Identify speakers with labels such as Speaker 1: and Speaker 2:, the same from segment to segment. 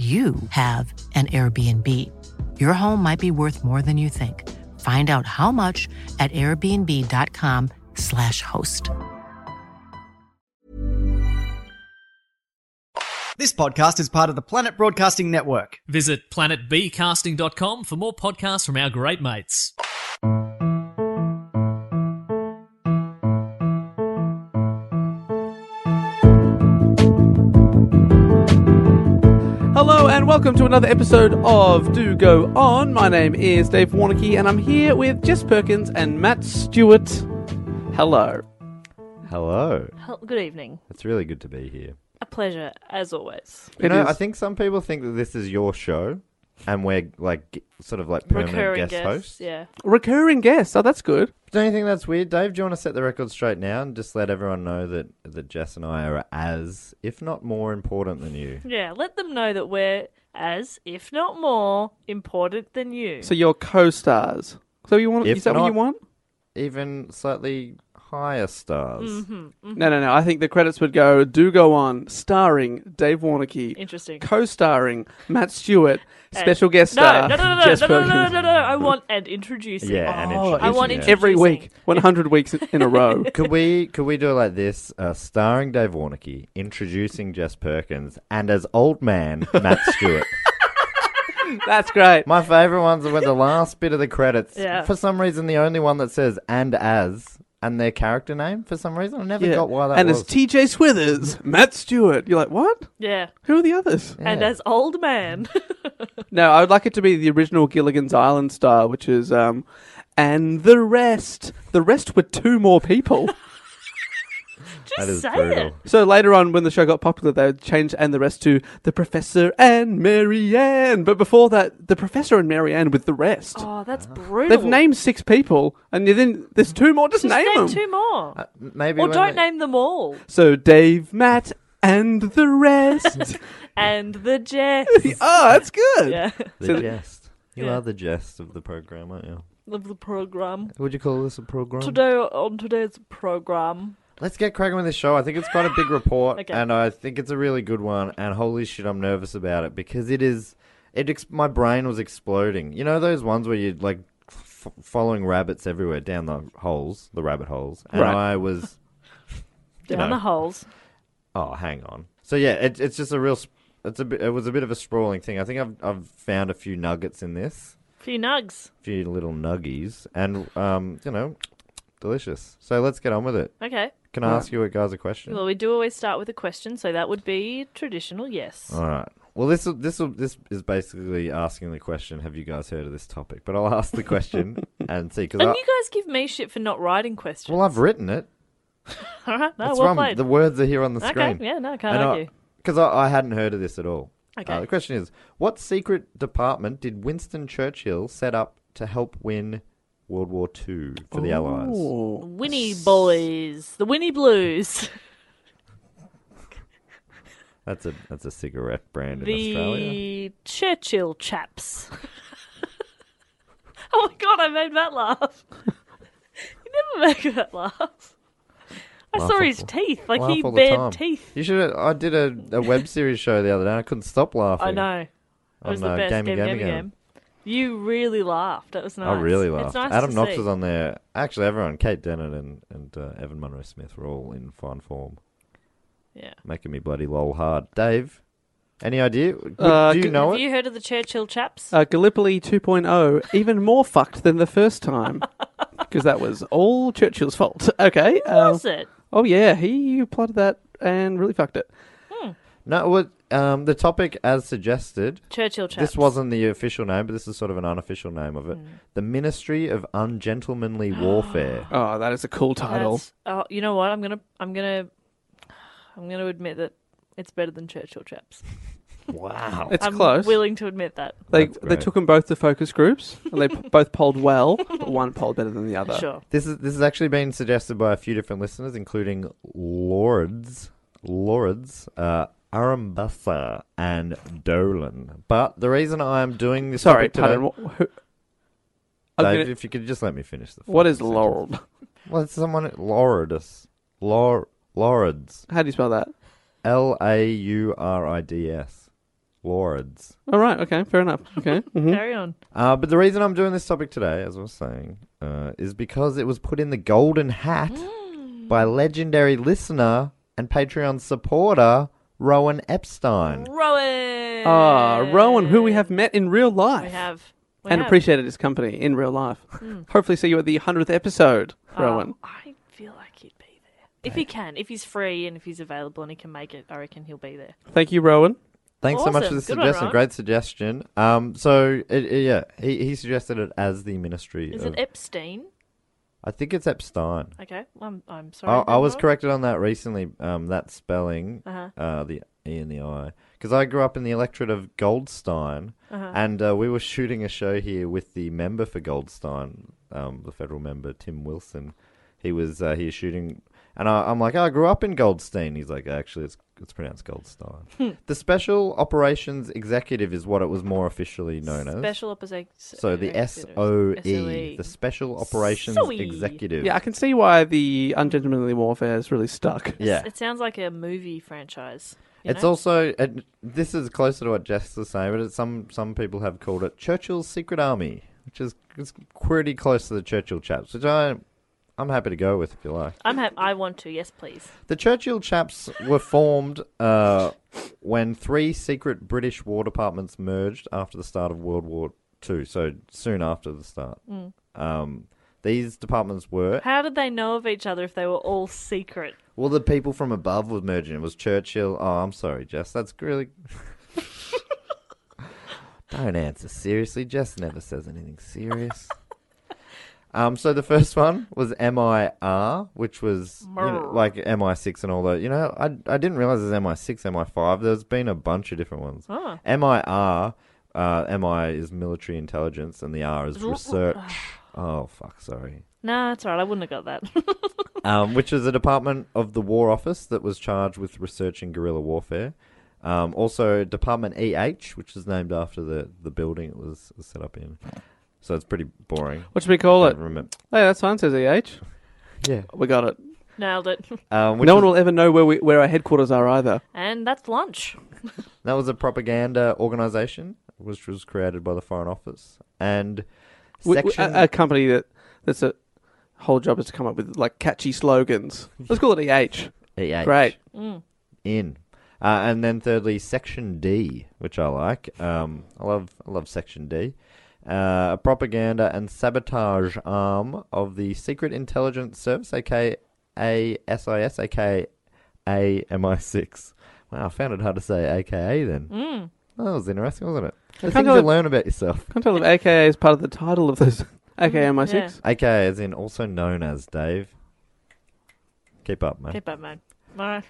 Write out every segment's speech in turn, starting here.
Speaker 1: you have an Airbnb. Your home might be worth more than you think. Find out how much at airbnb.com/slash host.
Speaker 2: This podcast is part of the Planet Broadcasting Network.
Speaker 3: Visit planetbcasting.com for more podcasts from our great mates.
Speaker 4: Hello and welcome to another episode of Do Go On. My name is Dave Warnocky and I'm here with Jess Perkins and Matt Stewart. Hello.
Speaker 5: Hello.
Speaker 6: Hel- Uh, Good evening.
Speaker 5: It's really good to be here.
Speaker 6: A pleasure, as always.
Speaker 5: You
Speaker 4: It
Speaker 5: know,
Speaker 4: is-
Speaker 5: I think some people think that this is your show, and we're like g- sort of like permanent
Speaker 6: Recurring
Speaker 5: guest hosts.
Speaker 6: Yeah.
Speaker 4: Recurring guest. Oh, that's good.
Speaker 5: Don't you think that's weird, Dave? Do you want to set the record straight now and just let everyone know that that Jess and I are as, if not more, important than you?
Speaker 6: Yeah. Let them know that we're as, if not more, important than you.
Speaker 4: So you're co-stars. So you want?
Speaker 5: If
Speaker 4: is that what you
Speaker 5: not-
Speaker 4: want?
Speaker 5: Even slightly higher stars.
Speaker 6: Mm-hmm.
Speaker 4: No, no, no. I think the credits would go. Do go on. Starring Dave Warnocky.
Speaker 6: Interesting.
Speaker 4: Co-starring Matt Stewart.
Speaker 6: And-
Speaker 4: special guest
Speaker 6: no,
Speaker 4: star.
Speaker 6: No, no, no, no,
Speaker 4: Jess
Speaker 6: no, no, no, no,
Speaker 4: Perkins.
Speaker 6: no, no. I want and introducing.
Speaker 5: Yeah, and
Speaker 4: Oh,
Speaker 5: introducing
Speaker 6: I want
Speaker 5: you.
Speaker 6: introducing.
Speaker 4: Every week, oh. 100 weeks in a row.
Speaker 5: Could we could we do it like this? Uh, starring Dave Warnocky, introducing Jess Perkins, and as old man Matt Stewart.
Speaker 4: That's great.
Speaker 5: My favourite ones are when the last bit of the credits,
Speaker 6: Yeah.
Speaker 5: for some reason, the only one that says "and as" and their character name. For some reason, I never
Speaker 4: Yeah.
Speaker 5: got why that
Speaker 4: and
Speaker 5: was.
Speaker 4: it's TJ Swithers, Matt Stewart. You're like, what?
Speaker 6: Yeah.
Speaker 4: Who are the others?
Speaker 6: And as old man.
Speaker 4: No, I would like it to be the original Gilligan's Island style, which is um, and the rest. The rest were two more people.
Speaker 6: Just
Speaker 5: That is
Speaker 6: say
Speaker 5: brutal.
Speaker 6: it.
Speaker 4: so later on, when the show got popular, they would change and the rest to the Professor and Marianne. But before that, the Professor and Marianne with the rest.
Speaker 6: Oh, that's brutal.
Speaker 4: Ah. They've named six people, and then there's two more. Just,
Speaker 6: Just
Speaker 4: name them. Uh,
Speaker 6: two more.
Speaker 5: M- Uh, Maybe
Speaker 6: or
Speaker 5: when
Speaker 6: don't
Speaker 5: they-
Speaker 6: name them all.
Speaker 4: so Dave, Matt, and the rest.
Speaker 6: And the Jess.
Speaker 4: oh, that's good.
Speaker 6: yeah.
Speaker 5: the jest. You
Speaker 6: Yeah.
Speaker 5: are the jest of the program, aren't you?
Speaker 6: Of the program.
Speaker 5: Would you call this a program?
Speaker 6: Today on today's program.
Speaker 5: Let's get cracking with this show. I think it's got a big report,
Speaker 6: Okay.
Speaker 5: and I think it's a really good one. And holy shit, I'm nervous about it because it is. It ex- my brain was exploding. You know those ones where you're like f- following rabbits everywhere down the holes, the rabbit holes, and
Speaker 4: Right.
Speaker 5: I was. you
Speaker 6: Down
Speaker 5: know.
Speaker 6: the holes.
Speaker 5: Oh, hang on. So yeah, it, it's just a real. sp- It's a bit, it was a bit of a sprawling thing. I think I've I've found a few nuggets in this,
Speaker 6: Few nugs.
Speaker 5: a few little nuggies, and um, you know, delicious. So let's get on with it.
Speaker 6: Okay.
Speaker 5: Can I ask you guys a question?
Speaker 6: Well, we do always start with a question, so that would be traditional, yes.
Speaker 5: All right. Well, this will- this will- this is basically asking the question: Have you guys heard of this topic? But I'll ask the question and see. Because
Speaker 6: and you guys give me shit for not writing questions.
Speaker 5: well, I've written it.
Speaker 6: All right, no,
Speaker 5: That's
Speaker 6: well
Speaker 5: wrong.
Speaker 6: played.
Speaker 5: The words are here on the
Speaker 6: okay,
Speaker 5: screen.
Speaker 6: yeah, no, I can't argue.
Speaker 5: Because I, I hadn't heard of this at all.
Speaker 6: Okay.
Speaker 5: Uh, the question is: What secret department did Winston Churchill set up to help win World War II for the Allies?
Speaker 6: Winnie Boys, the Winnie Blues.
Speaker 5: That's a that's a cigarette brand in Australia.
Speaker 6: the Churchill chaps. oh my god, I made Matt laugh. you never make Matt laugh. I saw his teeth, like
Speaker 5: Laugh
Speaker 6: he
Speaker 5: all the time.
Speaker 6: bared teeth.
Speaker 5: You should. I did a, a web series show the other day. and I couldn't stop laughing.
Speaker 6: I know. It
Speaker 5: On,
Speaker 6: was
Speaker 5: uh,
Speaker 6: the best
Speaker 5: Game and
Speaker 6: game,
Speaker 5: Game
Speaker 6: game, game,
Speaker 5: again.
Speaker 6: You really laughed. That was nice.
Speaker 5: I really laughed.
Speaker 6: It's nice
Speaker 5: Adam
Speaker 6: to
Speaker 5: Knox
Speaker 6: see.
Speaker 5: was on there. Actually, everyone, Kate Dennett and and uh, Evan Munro Smith were all in fine form,
Speaker 6: Yeah.
Speaker 5: making me bloody lol hard. Dave, any idea? Would-
Speaker 4: Uh,
Speaker 5: Do you
Speaker 4: g-
Speaker 5: know
Speaker 6: Have
Speaker 5: it?
Speaker 6: you heard of the Churchill chaps?
Speaker 4: Uh, Gallipoli 2.0, even more fucked than the first time. Because that was all Churchill's fault. Okay. uh,
Speaker 6: was it?
Speaker 4: oh, yeah. He plotted that and really fucked it.
Speaker 5: No. What? Um, the topic, as suggested,
Speaker 6: Churchill chaps. Hmm.
Speaker 5: This wasn't the official name, but this is sort of an unofficial name of it. The Ministry of Ungentlemanly Warfare.
Speaker 4: Oh, that is a cool title.
Speaker 6: That's- Oh, you know what? I'm gonna, I'm gonna, I'm gonna admit that it's better than Churchill chaps.
Speaker 5: Wow.
Speaker 4: It's
Speaker 6: I'm
Speaker 4: close.
Speaker 6: willing to admit that.
Speaker 4: They,
Speaker 5: That's
Speaker 4: they
Speaker 5: great.
Speaker 4: took them both to focus groups, and they p- both polled well, but one polled better than the other.
Speaker 6: Sure.
Speaker 5: This is this has actually been suggested by a few different listeners, including Lords, Lords, uh, Arambasa, and Dolan. But the reason I am doing this,
Speaker 4: Sorry,
Speaker 5: topic today,
Speaker 4: pardon. wh- who- I'm
Speaker 5: Dave,
Speaker 4: gonna-
Speaker 5: if you could just let me finish the.
Speaker 4: what is
Speaker 5: sentence.
Speaker 4: laurel?
Speaker 5: Well, it's someone Lordus, Lor, Lords,
Speaker 4: How do you spell that?
Speaker 5: L A U R I D S, Lords.
Speaker 4: All right. Okay. Fair enough. Okay. mhm.
Speaker 6: Carry on.
Speaker 5: Uh, but the reason I'm doing this topic today, as I was saying, uh, is because it was put in the golden hat
Speaker 6: Mm.
Speaker 5: by legendary listener and Patreon supporter Rowan Epstein.
Speaker 6: Oh, Rowan.
Speaker 4: Ah, Rowan, who we have met in real life.
Speaker 6: We have. We
Speaker 4: and
Speaker 6: have. Hmm.
Speaker 4: appreciated his company in real life. Hopefully, see you at the hundredth episode,
Speaker 6: Oh,
Speaker 4: Rowan.
Speaker 6: I feel like he'd be there if he can, if he's free, and if he's available, and he can make it. I reckon he'll be there.
Speaker 4: Thank you, Rowan.
Speaker 5: Thanks so much for
Speaker 6: Awesome.
Speaker 5: the
Speaker 6: Good one,
Speaker 5: suggestion.
Speaker 6: Rowan.
Speaker 5: Great suggestion. Um, so it, it- yeah, he, he suggested it as the ministry.
Speaker 6: Is
Speaker 5: of,
Speaker 6: it Epstein?
Speaker 5: I think it's Epstein.
Speaker 6: Okay. I'm. I'm sorry.
Speaker 5: I, I
Speaker 6: I'm
Speaker 5: was
Speaker 6: wrong.
Speaker 5: corrected on that recently. Um, that spelling,
Speaker 6: Uh-huh.
Speaker 5: uh, the E and the I, because I grew up in the electorate of Goldstein, and uh, we were shooting a show here with the member for Goldstein, um, the federal member Tim Wilson. He was uh, here shooting, and I, I'm like, "Oh, I grew up in Goldstein. He's like, actually, it's it's pronounced Goldstein. the Special Operations Executive is what it was more officially known as.
Speaker 6: Special opposite.
Speaker 5: So the S O E, the Special Operations
Speaker 6: Soe.
Speaker 5: Executive.
Speaker 4: Yeah, I can see why the ungentlemanly warfare is really stuck.
Speaker 5: yeah.
Speaker 6: It sounds like a movie franchise. you
Speaker 5: It's
Speaker 6: know?
Speaker 5: also and this is closer to what Jess was saying, but it's some some people have called it Churchill's Secret Army, which is it's pretty close to the Churchill chaps, which I I'm happy to go with if you like.
Speaker 6: I'm. Ha- I want to. Yes, please.
Speaker 5: The Churchill chaps were formed uh, when three secret British war departments merged after the start of World War Two, so soon after the start.
Speaker 6: Mm.
Speaker 5: Um, these departments were
Speaker 6: How did they know of each other if they were all secret?
Speaker 5: well, the people from above were merging. It was Churchill. Oh, I'm sorry, Jess. That's really. Don't answer seriously. Jess never says anything serious. um, so the first one was MIR, which was you know, like MI6 and all that. You know, I, I didn't realize there's MI6, MI5. There's been a bunch of different ones. MIR, uh, MI is military intelligence, and the R is research. oh, fuck, sorry
Speaker 6: Nah, that's all right. I wouldn't have got that.
Speaker 5: um, which is a department of the War Office that was charged with researching guerrilla warfare. Um, also, Department EH, which is named after the, the building it was, was set up in. So it's pretty boring.
Speaker 4: What should we call it?
Speaker 5: Don't remember.
Speaker 4: Hey, that's fine, says EH.
Speaker 5: Mm-hmm. Yeah.
Speaker 4: We got it.
Speaker 6: Nailed it.
Speaker 5: Um, which
Speaker 4: no
Speaker 5: was-
Speaker 4: one will ever know where we, where our headquarters are either.
Speaker 6: And that's lunch.
Speaker 5: That was a propaganda organization, which was created by the Foreign Office. And
Speaker 4: We- we-
Speaker 5: section.
Speaker 4: a, a company that that's a whole job is to come up with like catchy slogans. Let's call it EH.
Speaker 5: EH.
Speaker 4: Great.
Speaker 6: Mm,
Speaker 5: in. Uh, and then thirdly, Section D, which I like. Um, I love I love Section D. Uh, a propaganda and sabotage arm of the Secret Intelligence Service, aka SIS, aka AMI6. Wow, I found it hard to say AKA then. Mm. That was interesting, wasn't it? The
Speaker 4: can't
Speaker 5: things you
Speaker 4: tell-
Speaker 5: learn about yourself.
Speaker 4: Can't tell if AKA is part of the title of this.
Speaker 5: Mm-hmm.
Speaker 4: AKA MI6.
Speaker 5: AKA as in also known as Dave. Keep up, mate.
Speaker 6: Keep up, man. All right.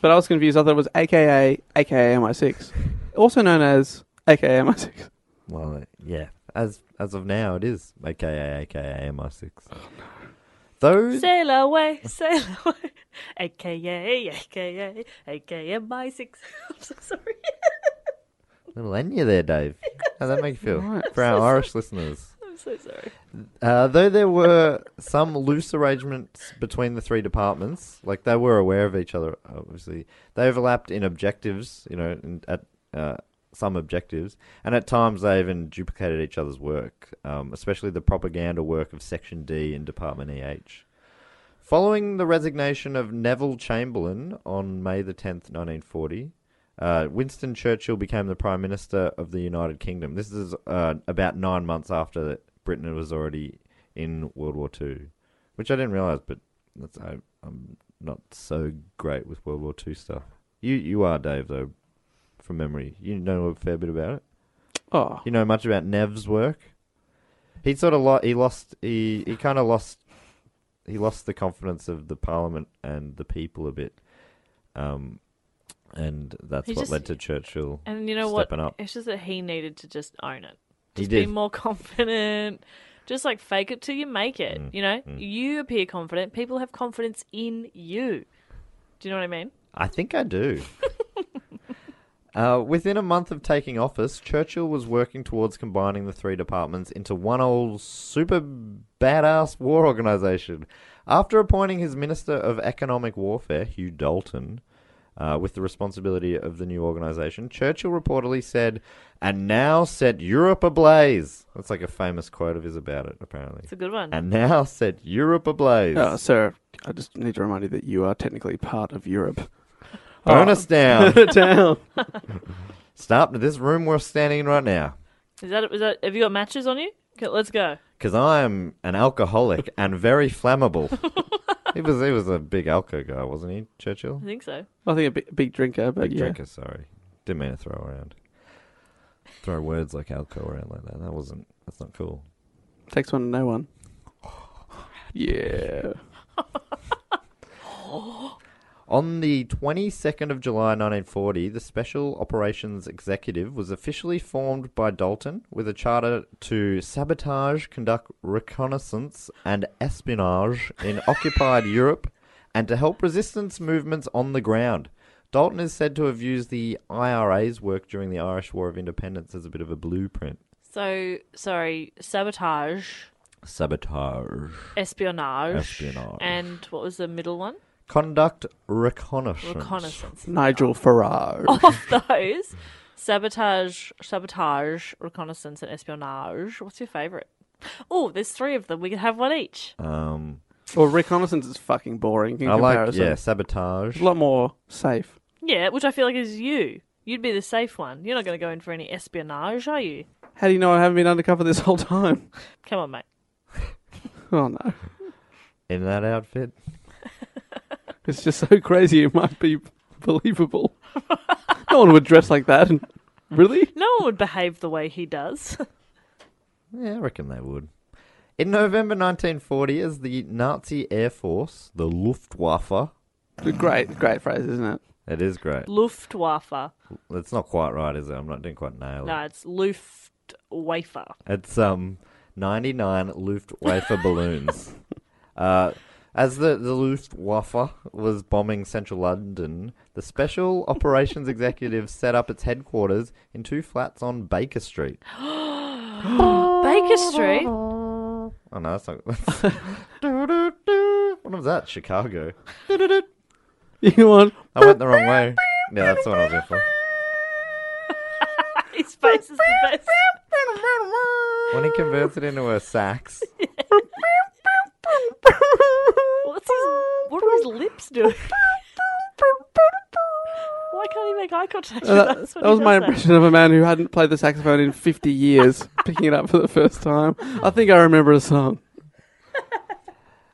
Speaker 4: But I was confused. I thought it was AKA AKA MI6, also known as AKA MI6.
Speaker 5: Well, yeah. As as of now, it is AKA AKA MI6.
Speaker 2: Those
Speaker 6: Sail away, sail away. AKA, AKA, AKA my six. I'm so sorry.
Speaker 5: Little Enya there, Dave. How does that make you feel? For our Irish listeners.
Speaker 6: I'm so sorry.
Speaker 5: Uh, though there were some loose arrangements between the three departments, like they were aware of each other, obviously. They overlapped in objectives, you know, in, at uh, some objectives, and at times they even duplicated each other's work, um, especially the propaganda work of Section D and Department EH. Following the resignation of Neville Chamberlain on May the 10th, 1940, uh, Winston Churchill became the Prime Minister of the United Kingdom. This is uh, about nine months after Britain was already in World War Two, which I didn't realise, but that's, I, I'm not so great with World War Two stuff. You, you are, Dave, though, from memory. You know a fair bit about it.
Speaker 4: Oh,
Speaker 5: You know much about Nev's work? He sort of lo- he lost he he kind of lost he lost the confidence of the parliament and the people a bit, um, and that's
Speaker 6: He
Speaker 5: what
Speaker 6: just-
Speaker 5: led to Churchill.
Speaker 6: And you know
Speaker 5: Stepping
Speaker 6: what?
Speaker 5: up.
Speaker 6: It's just that he needed to just own it.
Speaker 5: He
Speaker 6: Just be
Speaker 5: did.
Speaker 6: more confident. Just like fake it till you make it.
Speaker 5: Mm,
Speaker 6: you know, you appear confident. People have confidence in you. Do you know what I mean?
Speaker 5: I think I do. uh, within a month of taking office, Churchill was working towards combining the three departments into one old super badass war organization. After appointing his Minister of Economic Warfare, Hugh Dalton, uh, with the responsibility of the new organization, Churchill reportedly said, and now set Europe ablaze. That's like a famous quote of his about it, apparently.
Speaker 6: It's a good one.
Speaker 5: And now set Europe ablaze.
Speaker 4: uh, sir, I just need to remind you that you are technically part of Europe.
Speaker 5: Bonus down.
Speaker 4: Down.
Speaker 5: Stop to this room we're standing in right now.
Speaker 6: Is that? Is that? Have you got matches on you? Okay, let's go.
Speaker 5: because I'm an alcoholic and very flammable. he was he was a big alco guy, wasn't he, Churchill?
Speaker 6: I think so.
Speaker 4: I think a big, big drinker, but
Speaker 5: Big
Speaker 4: yeah.
Speaker 5: drinker, sorry. Didn't mean to throw around. Throw words like alco around like that. That wasn't that's not cool.
Speaker 4: Takes one to know one. Yeah.
Speaker 5: On the 22nd of July 1940, the Special Operations Executive was officially formed by Dalton with a charter to sabotage, conduct reconnaissance, and espionage in occupied Europe and to help resistance movements on the ground. Dalton is said to have used the IRA's work during the Irish War of Independence as a bit of a blueprint.
Speaker 6: So sorry. Sabotage,
Speaker 5: Sabotage.
Speaker 6: espionage,
Speaker 5: Espionage.
Speaker 6: and what was the middle one?
Speaker 5: Conduct reconnaissance.
Speaker 6: Reconnaissance.
Speaker 4: Nigel Farage.
Speaker 6: of those, sabotage, sabotage, reconnaissance, and espionage. What's your favourite? Oh, there's three of them. We could have one each.
Speaker 5: Um,
Speaker 4: Well, reconnaissance is fucking boring in
Speaker 5: I like,
Speaker 4: comparison.
Speaker 5: yeah, sabotage.
Speaker 4: It's a lot more safe.
Speaker 6: Yeah, which I feel like is you. You'd be the safe one. You're not going to go in for any espionage, are you?
Speaker 4: How do you know I haven't been undercover this whole time?
Speaker 6: Come on, mate.
Speaker 4: Oh no.
Speaker 5: In that outfit.
Speaker 4: It's just so crazy it might be believable. no one would dress like that. Really?
Speaker 6: No one would behave the way he does.
Speaker 5: Yeah, I reckon they would. In November 1940, as the Nazi Air Force, the Luftwaffe,
Speaker 4: Great, great phrase, isn't it?
Speaker 5: it is great.
Speaker 6: Luftwaffe.
Speaker 5: It's not quite right, is it? I'm not didn't quite nail it.
Speaker 6: No, it's Luftwaffe.
Speaker 5: It's um 99 Luftwaffe balloons. Uh, as the, the Luftwaffe was bombing central London, the Special Operations Executive set up its headquarters in two flats on Baker Street.
Speaker 6: Baker Street.
Speaker 5: Oh no, that's not. Do-do-do. what was that? Chicago. Do-do-do.
Speaker 4: You want
Speaker 5: I went the wrong way. Yeah, that's the one I was in for.
Speaker 6: His face is the best.
Speaker 5: When he converts it into a sax,
Speaker 6: What's his, what are his lips doing? Why can't he make eye contact with
Speaker 4: that,
Speaker 6: us?
Speaker 4: Uh, that
Speaker 6: when he
Speaker 4: was my
Speaker 6: does
Speaker 4: impression of a man who hadn't played the saxophone in 50 years, picking it up for the first time. I think I remember a song.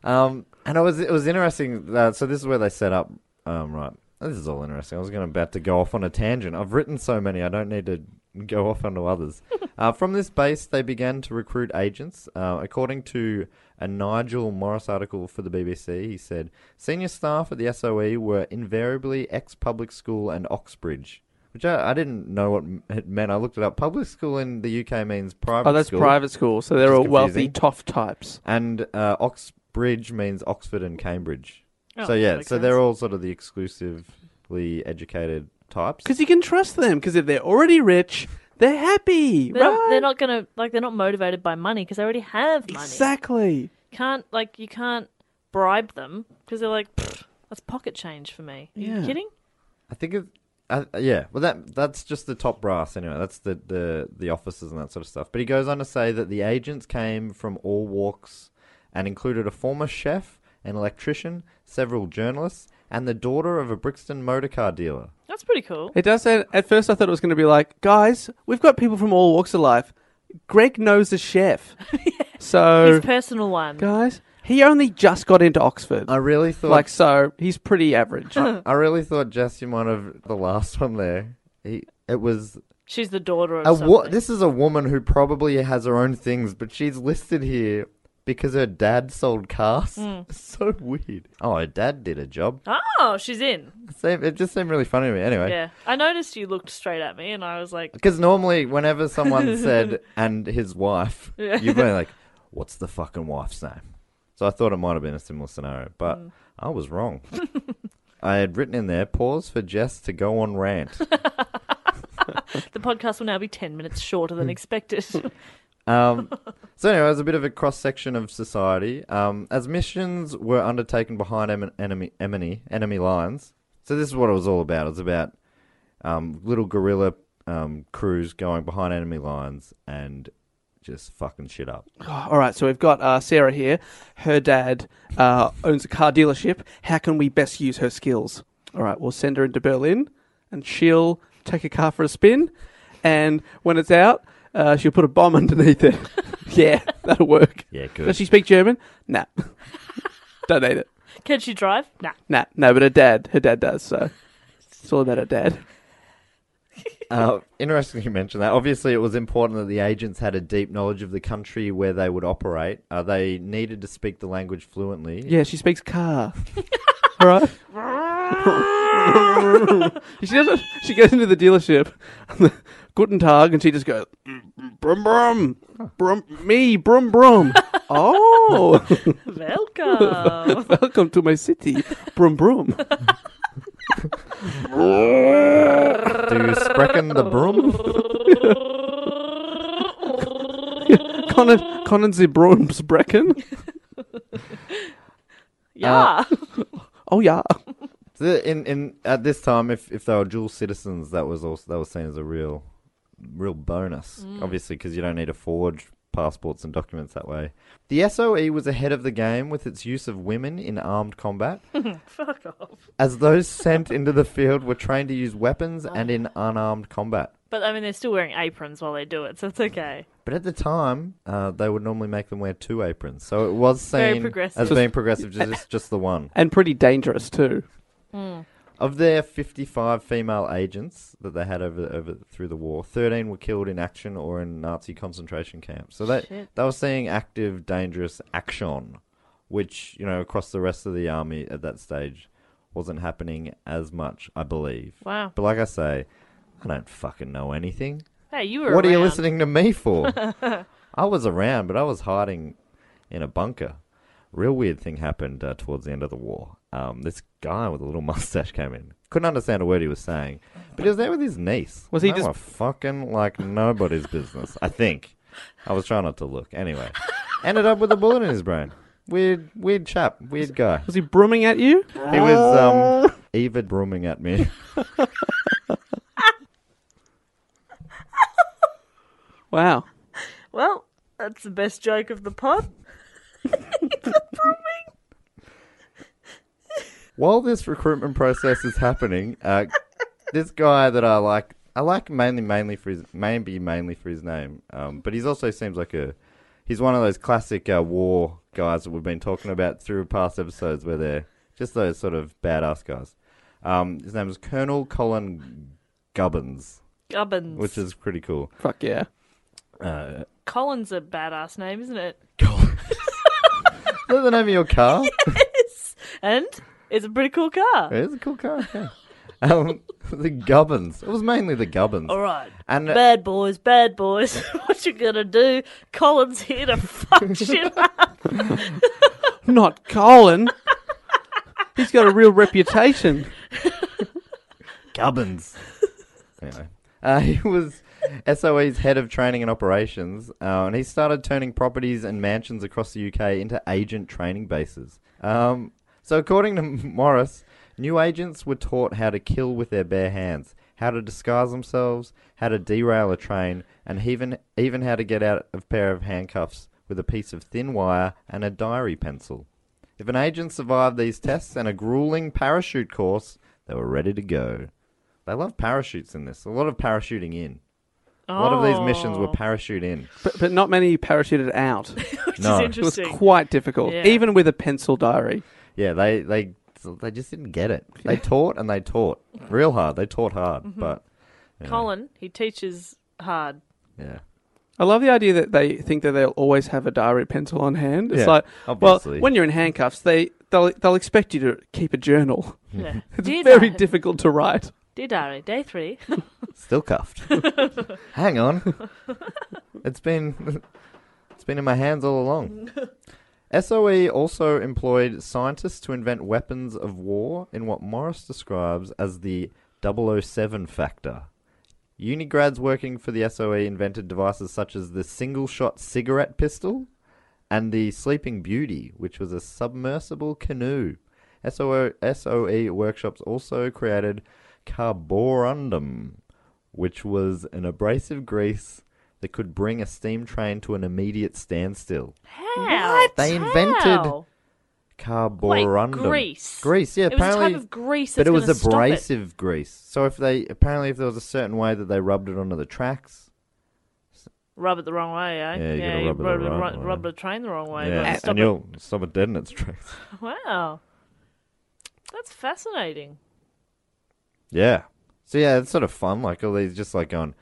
Speaker 5: um, and it was it was interesting. That, so this is where they set up. Um, right, this is all interesting. I was going to about to go off on a tangent. I've written so many, I don't need to go off onto others. uh, from this base, they began to recruit agents. Uh, according to a Nigel Morris article for the BBC, he said senior staff at the SOE were invariably ex-public school and Oxbridge. Which I, I didn't know what it meant. I looked it up. Public school in the UK means private.
Speaker 4: oh, that's
Speaker 5: school.
Speaker 4: private school, so they're
Speaker 5: Just
Speaker 4: all wealthy
Speaker 5: confusing.
Speaker 4: toff types.
Speaker 5: And uh, Ox- bridge means Oxford and Cambridge.
Speaker 6: Oh,
Speaker 5: so yeah,
Speaker 6: makes
Speaker 5: so
Speaker 6: sense.
Speaker 5: they're all sort of the exclusively educated types.
Speaker 4: Because you can trust them. Because if they're already rich, they're happy,
Speaker 6: They're,
Speaker 4: right?
Speaker 6: not, they're not gonna like they're not motivated by money because they already have money.
Speaker 4: exactly.
Speaker 6: Can't like you can't bribe them because they're like "Pfft, that's pocket change for me. Are
Speaker 4: Yeah.
Speaker 6: you kidding?
Speaker 5: I think it. Uh, yeah, well, that that's just the top brass anyway. That's the, the the officers and that sort of stuff. But he goes on to say that the agents came from all walks and included a former chef, an electrician, several journalists, and the daughter of a Brixton motor car dealer.
Speaker 6: That's pretty cool.
Speaker 4: It does say, at first I thought it was going to be like, guys, we've got people from all walks of life. Greg knows a chef. So, oh.
Speaker 6: His personal one.
Speaker 4: guys, he only just got into Oxford.
Speaker 5: I really thought,
Speaker 4: Like, so he's pretty average.
Speaker 5: I really thought Jess, you might have the last one there. He, it was
Speaker 6: She's the daughter
Speaker 4: Uh,
Speaker 6: of
Speaker 5: a
Speaker 6: something.
Speaker 5: wo- This is a woman who probably has her own things, but she's listed here because her dad sold cars.
Speaker 6: Hmm.
Speaker 5: So weird. Oh, her dad did a job.
Speaker 6: Oh, she's in.
Speaker 5: Same, it just seemed really funny to me. Anyway.
Speaker 6: Yeah, I noticed you looked straight at me, and I was like,
Speaker 5: Because normally, whenever someone said "and his wife," you've been like, "What's the fucking wife's name?" So I thought it might have been a similar scenario, but
Speaker 6: Hmm.
Speaker 5: I was wrong. I had written in there, "Pause for Jess to go on rant."
Speaker 6: the podcast will now be ten minutes shorter
Speaker 4: Hmm.
Speaker 6: than expected.
Speaker 5: Um, so anyway, it was a bit of a cross section of society. Um, as missions were undertaken behind em- enemy enemy enemy lines, so this is what it was all about. It was about um, little guerrilla um, crews going behind enemy lines and just fucking shit up.
Speaker 4: All right, so we've got uh, Sarah here. Her dad uh, owns a car dealership. How can we best use her skills? All right, we'll send her into Berlin and she'll take a car for a spin. And when it's out, uh, she'll put a bomb underneath it. yeah, that'll work.
Speaker 5: Yeah, good.
Speaker 4: Does she speak German? Nah. Don't need it.
Speaker 6: Can she drive? Nah.
Speaker 4: Nah, no, but her dad, her dad does, so it's all about her dad.
Speaker 5: Uh, interesting you mentioned that. Obviously, it was important that the agents had a deep knowledge of the country where they would operate. Uh, they needed to speak the language fluently.
Speaker 4: Yeah, she speaks car. All right. she doesn't. She goes into the dealership, Guten Tag, and she just goes brum brum brum me brum brum. oh,
Speaker 6: Welcome.
Speaker 4: welcome to my city, brum brum.
Speaker 5: Do you sprechen the broom?
Speaker 4: Conan Conan the brums brecken.
Speaker 5: Uh,
Speaker 6: yeah.
Speaker 4: Oh yeah.
Speaker 5: So in in at this time, if if they were dual citizens, that was also that was seen as a real real bonus. Obviously, 'cause
Speaker 6: Mm.
Speaker 5: Obviously, because you don't need to forge passports and documents that way. The SOE was ahead of the game with its use of women in armed combat.
Speaker 6: Fuck off.
Speaker 5: as those sent into the field were trained to use weapons
Speaker 6: Oh.
Speaker 5: and in unarmed combat.
Speaker 6: But I mean, they're still wearing aprons while they do it, so it's okay.
Speaker 5: But at the time, uh, they would normally make them wear two aprons, so it was
Speaker 6: Very
Speaker 5: seen
Speaker 6: progressive.
Speaker 5: as being progressive, just just- just the one.
Speaker 4: And pretty dangerous too.
Speaker 5: Of their 55 female agents that they had over over through the war, 13 were killed in action or in Nazi concentration camps. So they they were seeing active, dangerous action, which you know across the rest of the army at that stage wasn't happening as much, I believe.
Speaker 6: Wow.
Speaker 5: But like I say, I don't fucking know anything.
Speaker 6: Hey, you were.
Speaker 5: What are you
Speaker 6: around.
Speaker 5: listening to me for? I was around, but I was hiding in a bunker. Real weird thing happened uh, towards the end of the war. Um, this guy with a little mustache came in. Couldn't understand a word he was saying, but he was there with his niece.
Speaker 4: Was he
Speaker 5: They
Speaker 4: just-
Speaker 5: were fucking like nobody's business? I think. I was trying not to look. Anyway, ended up with a bullet in his brain. Weird, weird chap, weird guy.
Speaker 4: Was he brumming at you?
Speaker 5: He was um, Eva brooming at me.
Speaker 4: Wow.
Speaker 6: Well, that's the best joke of the pod.
Speaker 5: while this recruitment process is happening, uh, this guy that I like, I like mainly mainly for his maybe mainly for his name, um, but he's also seems like a he's one of those classic uh, war guys that we've been talking about through past episodes, where they're just those sort of badass guys. Um, his name is Colonel Colin Gubbins,
Speaker 6: Gubbins.
Speaker 5: which is pretty cool.
Speaker 4: Fuck yeah.
Speaker 5: Uh,
Speaker 6: Colin's a badass name, isn't it?
Speaker 5: is that the name of your car?
Speaker 6: And it's a pretty cool car.
Speaker 5: It is a cool car. Yeah. Um, the Gubbins. It was mainly the Gubbins.
Speaker 6: All right.
Speaker 5: And uh,
Speaker 6: Bad boys, bad boys. what you gonna do? Colin's here to fuck shit up.
Speaker 4: Not Colin. He's got a real reputation.
Speaker 5: Gubbins. anyway, uh, he was SOE's head of training and operations, uh, and he started turning properties and mansions across the UK into agent training bases. Um, so, according to Morris, new agents were taught how to kill with their bare hands, how to disguise themselves, how to derail a train, and even even how to get out of a pair of handcuffs with a piece of thin wire and a diary pencil. If an agent survived these tests and a grueling parachute course, they were ready to go. They love parachutes in this. A lot of parachuting in. A lot of these
Speaker 6: Oh,
Speaker 5: missions were parachute in.
Speaker 4: But, but not many parachuted out.
Speaker 6: Which
Speaker 5: No. It was
Speaker 6: is
Speaker 4: It was
Speaker 6: interesting.
Speaker 4: quite difficult,
Speaker 6: Yeah.
Speaker 4: even with a pencil diary.
Speaker 5: Yeah, they they they just didn't get it. They taught and they taught real hard. They taught hard,
Speaker 6: Mm-hmm.
Speaker 5: but
Speaker 6: Colin, he teaches hard.
Speaker 5: yeah,
Speaker 4: I love the idea that they think that they'll always have a diary pencil on hand. It's
Speaker 5: Yeah,
Speaker 4: like,
Speaker 5: obviously.
Speaker 4: well, when you're in handcuffs, they they'll they'll expect you to keep a journal.
Speaker 6: Yeah.
Speaker 4: It's
Speaker 6: Dear
Speaker 4: very
Speaker 6: diary-
Speaker 4: difficult to write.
Speaker 6: Dear diary, day three.
Speaker 5: still cuffed. Hang on, it's been it's been in my hands all along. SOE also employed scientists to invent weapons of war in what Morris describes as the 007 factor. Unigrads working for the SOE invented devices such as the single shot cigarette pistol and the Sleeping Beauty, which was a submersible canoe. SOE, SOE workshops also created carborundum, which was an abrasive grease that could bring a steam train to an immediate standstill.
Speaker 6: How?
Speaker 5: They invented
Speaker 6: How?
Speaker 5: Carborundum.
Speaker 6: grease.
Speaker 5: Grease, yeah,
Speaker 6: It was a type
Speaker 5: apparently.
Speaker 6: of grease
Speaker 5: but
Speaker 6: that's
Speaker 5: it was
Speaker 6: gonna stop it.
Speaker 5: abrasive grease. So if they apparently if there was a certain way that they rubbed it onto the tracks,
Speaker 6: Rub it the wrong way, eh?
Speaker 5: Yeah, you gotta
Speaker 6: you
Speaker 5: rub it the
Speaker 6: rub,
Speaker 5: right
Speaker 6: rub-
Speaker 5: way.
Speaker 6: rub the train the wrong way.
Speaker 5: yeah,
Speaker 6: gotta
Speaker 5: and
Speaker 6: stop it.
Speaker 5: you'll stop it dead in its tracks.
Speaker 6: Wow. That's fascinating.
Speaker 5: Yeah. So yeah, it's sort of fun. Like all these, just like on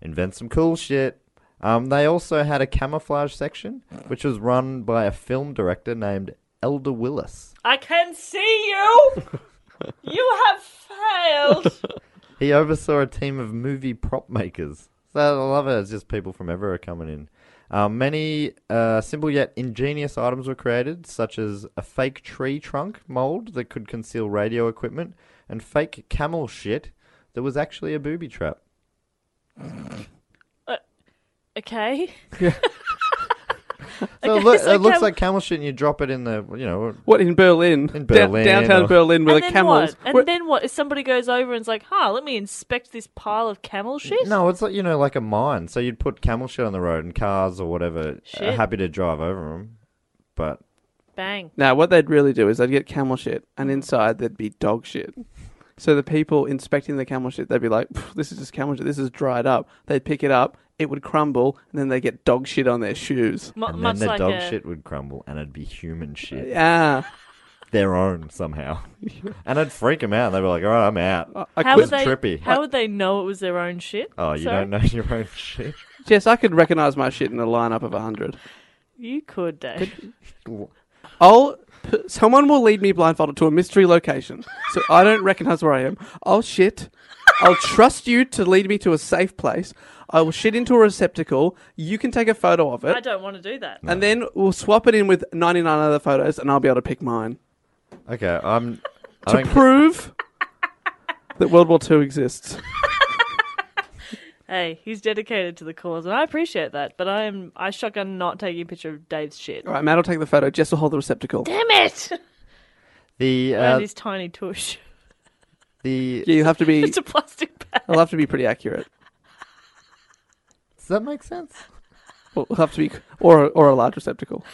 Speaker 5: invent some cool shit. Um, they also had a camouflage section, which was run by a film director named Elder Willis.
Speaker 6: I can see you! you have failed!
Speaker 5: He oversaw a team of movie prop makers. So I love it. It's just people from everywhere coming in. Um, many uh, simple yet ingenious items were created, such as a fake tree trunk mold that could conceal radio equipment, and fake camel shit that was actually a booby trap.
Speaker 6: Okay.
Speaker 5: So it,
Speaker 6: Okay,
Speaker 5: loo-
Speaker 6: so
Speaker 5: it looks
Speaker 6: cam-
Speaker 5: like camel shit, and you drop it in the you know
Speaker 4: What in Berlin?
Speaker 5: In
Speaker 4: Da-
Speaker 5: Berlin
Speaker 4: downtown
Speaker 5: or-
Speaker 4: Berlin, with
Speaker 6: and
Speaker 4: the
Speaker 6: then
Speaker 4: camels.
Speaker 6: what? And
Speaker 4: Where-
Speaker 6: then what? If somebody goes over and's like, huh, let me inspect this pile of camel shit?
Speaker 5: No, it's like you know, like a mine. So you'd put camel shit on the road, and cars or whatever are
Speaker 6: Shit.
Speaker 5: happy to drive over them. But
Speaker 6: Bang.
Speaker 4: Now, what they'd really do is they'd get camel shit, and inside there'd be dog shit. So the people inspecting the camel shit, they'd be like, "Pff, "This is just camel shit. This is dried up." They'd pick it up, it would crumble, and then they get dog shit on their shoes.
Speaker 6: Mu-
Speaker 5: and then
Speaker 6: much
Speaker 5: the
Speaker 6: like
Speaker 5: dog
Speaker 6: a, Uh,
Speaker 5: shit would crumble, and it'd be human shit,
Speaker 4: Yeah,
Speaker 5: their own somehow, and it'd freak them out. They'd be like, "All right, I'm out."
Speaker 4: I
Speaker 6: How
Speaker 4: could,
Speaker 6: would
Speaker 5: was
Speaker 6: they?
Speaker 5: trippy.
Speaker 6: How would they know it was their own shit?
Speaker 5: Oh, you
Speaker 6: Sorry?
Speaker 5: don't know your own shit.
Speaker 4: Jess, I could recognize my shit in a lineup of hundred.
Speaker 6: You could, Dave.
Speaker 4: I'll p- someone will lead me blindfolded to a mystery location, so I don't recognize where I am. I'll shit. I'll trust you to lead me to a safe place. I will shit into a receptacle. You can take a photo of it.
Speaker 6: I don't want to do that.
Speaker 4: And then we'll swap it in with 99 other photos, and I'll be able to pick mine
Speaker 5: Okay, I'm. I
Speaker 4: to
Speaker 5: don't,
Speaker 4: prove that World War II exists.
Speaker 6: Hey, he's dedicated to the cause, and I appreciate that. But I am I shotgun not taking a picture of Dave's shit.
Speaker 4: All right, Matt will take the photo. Jess will hold the receptacle.
Speaker 6: Damn it!
Speaker 5: the
Speaker 6: and
Speaker 5: uh,
Speaker 6: his tiny tush.
Speaker 5: the
Speaker 4: Yeah, you'll have to be.
Speaker 6: It's a plastic bag.
Speaker 4: I'll have to be pretty accurate.
Speaker 5: does that make sense?
Speaker 4: We'll have to be, or or a large receptacle,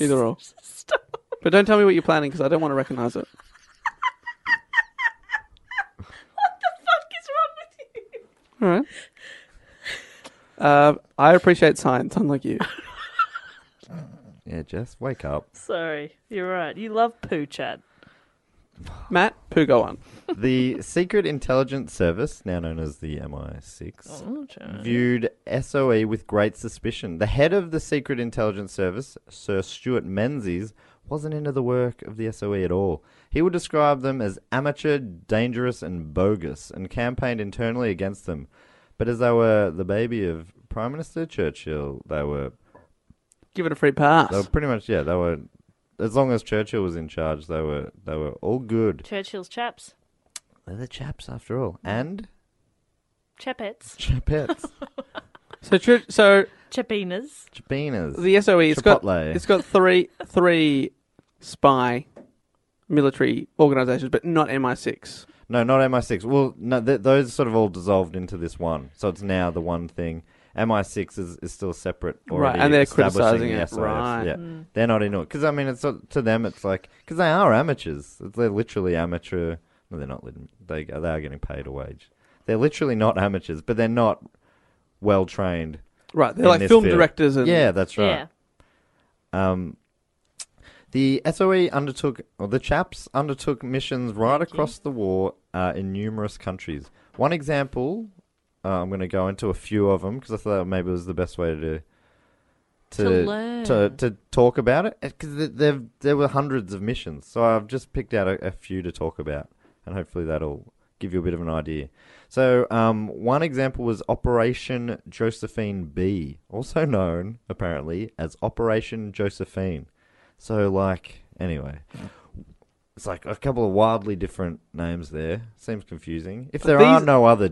Speaker 4: either or.
Speaker 6: Stop.
Speaker 4: But don't tell me what you're planning because I don't want to recognize it.
Speaker 6: What the fuck is wrong with you?
Speaker 4: All right. Uh, I appreciate science, unlike you.
Speaker 5: Yeah, Jess, wake up.
Speaker 6: Sorry, you're right. You love poo, Chad.
Speaker 4: Matt, poo, go on.
Speaker 5: the Secret Intelligence Service, now known as the MI6, viewed SOE with great suspicion. The head of the Secret Intelligence Service, Sir Stuart Menzies, wasn't into the work of the SOE at all. He would describe them as amateur, dangerous, and bogus, and campaigned internally against them. But as they were the baby of Prime Minister Churchill, they were
Speaker 4: Give it a free pass.
Speaker 5: they were pretty much yeah they were as long as Churchill was in charge, they were they were all good.
Speaker 6: Churchill's chaps.
Speaker 5: They're the chaps after all, and
Speaker 6: Chapettes.
Speaker 5: chapettes,
Speaker 4: So, tru- so
Speaker 6: Chapinas.
Speaker 5: chapinas.
Speaker 4: the SOE it's got
Speaker 5: Chipotle.
Speaker 4: it's got three three spy military organizations, but not MI6.
Speaker 5: No, not MI6. Well, no, th- those sort of all dissolved into this one. So it's now the one thing. MI6 is, is still separate. Already
Speaker 4: and they're
Speaker 5: establishing
Speaker 4: criticising
Speaker 5: the
Speaker 4: it,
Speaker 5: SIS.
Speaker 4: right.
Speaker 5: Yeah. They're not into it. Because, I mean, it's not- to them, it's like, because they are amateurs. They're literally amateur. No, they're not. lit- They, they are getting paid a wage. They're literally not amateurs, but they're not well trained.
Speaker 4: Right, they're
Speaker 5: in
Speaker 4: like
Speaker 5: this
Speaker 4: film
Speaker 5: field.
Speaker 4: directors and
Speaker 5: Yeah, that's right.
Speaker 6: Yeah.
Speaker 5: Um, the SOE undertook, or the chaps undertook missions right across the war uh, in numerous countries. One example, uh, I'm going to go into a few of them because I thought maybe it was the best way to
Speaker 6: To
Speaker 5: to
Speaker 6: learn.
Speaker 5: to, to talk about it because there there were hundreds of missions, so I've just picked out a, a few to talk about, and hopefully that'll give you a bit of an idea. So um, one example was Operation Josephine B, also known apparently as Operation Josephine. So like anyway. It's like a couple of wildly different names there. Seems confusing. If there
Speaker 4: these-
Speaker 5: are no other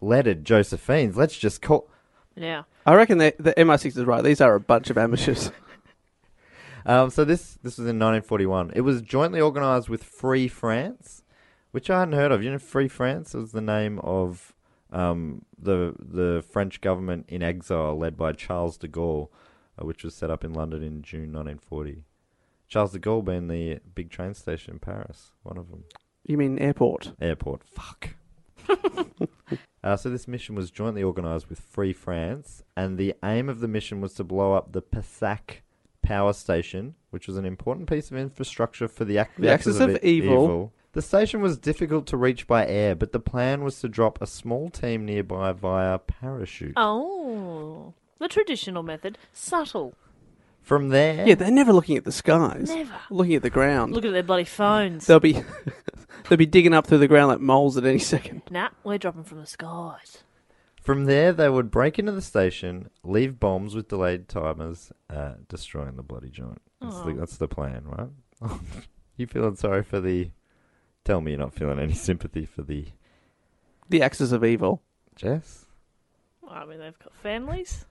Speaker 5: lettered Josephines, let's just call
Speaker 6: Yeah.
Speaker 4: I reckon they, the MI6 is right. These are a bunch of amateurs.
Speaker 5: Um, so this this was in 1941. It was jointly organised with Free France, which I hadn't heard of. You know, Free France was the name of um, the the French government in exile led by Charles de Gaulle, uh, which was set up in London in June 1940. Charles de Gaulle being the big train station in Paris, one of them
Speaker 4: you mean airport?
Speaker 5: airport. Fuck. uh, so this mission was jointly organised with Free France, and the aim of the mission was to blow up the Passac power station, which was an important piece of infrastructure for the, ac- e-,
Speaker 4: The axis of evil.
Speaker 5: The station was difficult to reach by air, but the plan was to drop a small team nearby via parachute.
Speaker 6: Oh. The traditional method. Subtle.
Speaker 5: From there,
Speaker 4: Yeah, they're never looking at the skies.
Speaker 6: Never.
Speaker 4: Looking at the ground.
Speaker 6: Look at their bloody phones.
Speaker 4: they'll be they'll be digging up through the ground like moles at any second.
Speaker 6: Nah, we're dropping from the skies.
Speaker 5: From there, they would break into the station, leave bombs with delayed timers, uh, destroying the bloody joint. That's the,
Speaker 6: Aw.
Speaker 5: that's the plan, right? you feeling sorry for the? Tell me you're not feeling any sympathy for the
Speaker 4: The axis of evil.
Speaker 5: Jess.
Speaker 6: Well, I mean, they've got families,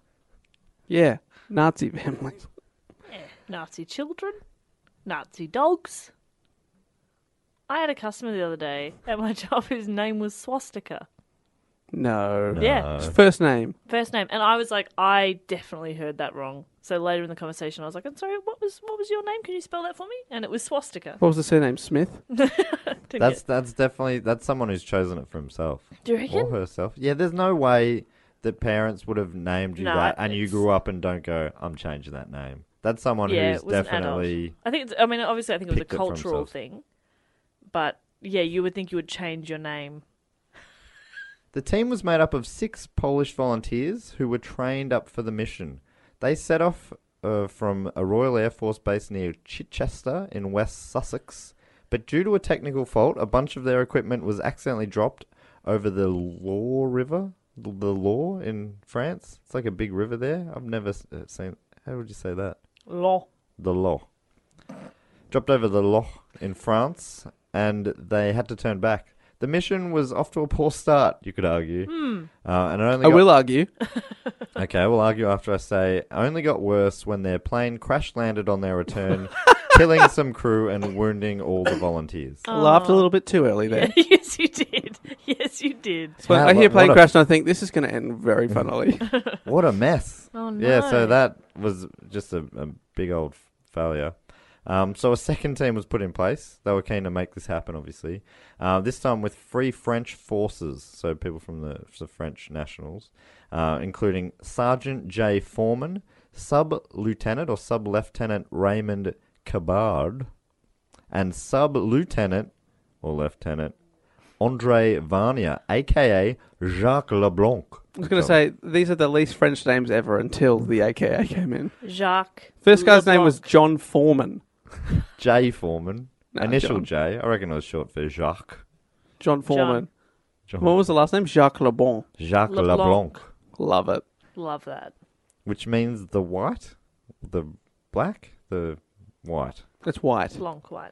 Speaker 4: Yeah, Nazi families.
Speaker 6: Nazi children, Nazi dogs. I had a customer the other day at my job whose name was Swastika.
Speaker 4: No.
Speaker 6: Yeah.
Speaker 4: It's First name.
Speaker 6: First name, and I was like, I definitely heard that wrong. So later in the conversation, I was like, "I'm sorry, what was what was your name? Can you spell that for me?" And it was swastika.
Speaker 4: What was the surname? Smith.
Speaker 6: Didn't
Speaker 5: That's
Speaker 6: get-
Speaker 5: that's definitely that's someone who's chosen it for himself
Speaker 6: do you
Speaker 5: or
Speaker 6: reckon?
Speaker 5: herself. Yeah, there's no way that parents would have named you
Speaker 6: No,
Speaker 5: that, and you
Speaker 6: it's-
Speaker 5: grew up and don't go. I'm changing that name. That's someone
Speaker 6: yeah,
Speaker 5: who's
Speaker 6: it was an adult.
Speaker 5: definitely
Speaker 6: I think. It's, I mean, obviously, I think it was a
Speaker 5: picked it for
Speaker 6: cultural
Speaker 5: himself.
Speaker 6: thing, but yeah, you would think you would change your name.
Speaker 5: The team was made up of six Polish volunteers who were trained up for the mission. They set off uh, from a Royal Air Force base near Chichester in West Sussex, but due to a technical fault, a bunch of their equipment was accidentally dropped over the Law River. The Law in France. It's like a big river there. I've never s- uh, seen. How would you say that?
Speaker 6: Law.
Speaker 5: the Loch. Dropped over the Loch in France, and they had to turn back. The mission was off to a poor start, you could argue. Uh, and it only
Speaker 4: I
Speaker 5: got-
Speaker 4: will argue.
Speaker 5: Okay, I will argue after I say only got worse when their plane crash landed on their return, killing some crew and wounding all the volunteers.
Speaker 4: I Laughed a little bit too early there.
Speaker 6: yes, you did. Yes, you did.
Speaker 4: When
Speaker 5: Wow,
Speaker 4: I hear
Speaker 5: what-
Speaker 4: plane
Speaker 5: what a- Mm.
Speaker 4: crash and I think this is going to end very funnily.
Speaker 5: What a mess.
Speaker 6: Oh,
Speaker 5: Yeah, so
Speaker 6: no.
Speaker 5: that was just a, a big old f- failure. Um, so a second team was put in place. They were keen to make this happen, obviously. Uh, this time with Free French Forces, so people from the, the French Nationals, uh, including Sergeant J. Foreman, Sub Lieutenant or Sub Lieutenant Raymond Cabard, and Sub Lieutenant or Lieutenant Andre Varnier, aka Jacques LeBlanc.
Speaker 4: I was going to say these are the least French names ever until
Speaker 5: Mm.
Speaker 4: the AKA came in.
Speaker 6: Jacques.
Speaker 4: First guy's name
Speaker 6: LeBlanc.
Speaker 4: was John Foreman.
Speaker 5: J Foreman.
Speaker 4: No,
Speaker 5: Initial
Speaker 4: John.
Speaker 5: J. I reckon it was short for Jacques.
Speaker 4: John Foreman.
Speaker 5: John-
Speaker 4: What was the last name? Jacques Lebon.
Speaker 5: Jacques
Speaker 6: LeBlanc.
Speaker 5: LeBlanc.
Speaker 4: Love it.
Speaker 6: Love that.
Speaker 5: which means the white, the black, the
Speaker 2: White.
Speaker 4: That's white.
Speaker 6: Long quite.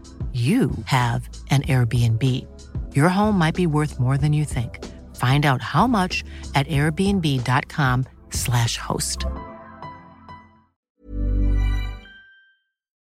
Speaker 1: you have an Airbnb. Your home might be worth more than you think. Find out how much at airbnb.com/slash host.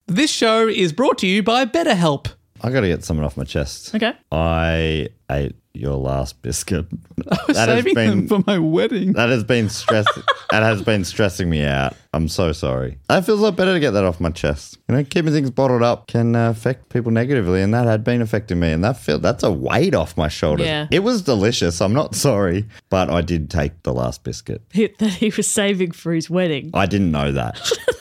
Speaker 3: This show is brought to you by BetterHelp.
Speaker 2: I got to get something off my chest.
Speaker 3: Okay.
Speaker 2: I ate your last biscuit.
Speaker 3: I was saving them for my wedding.
Speaker 2: That has been stress. that has been stressing me out. I'm so sorry. That feels a lot better to get that off my chest. You know, keeping things bottled up can uh, affect people negatively, and that had been affecting me. And that feel that's a weight off my shoulders.
Speaker 7: Yeah.
Speaker 2: It was delicious. I'm not sorry, but I did take the last biscuit.
Speaker 7: Hit that he was saving for his wedding.
Speaker 2: I didn't know that.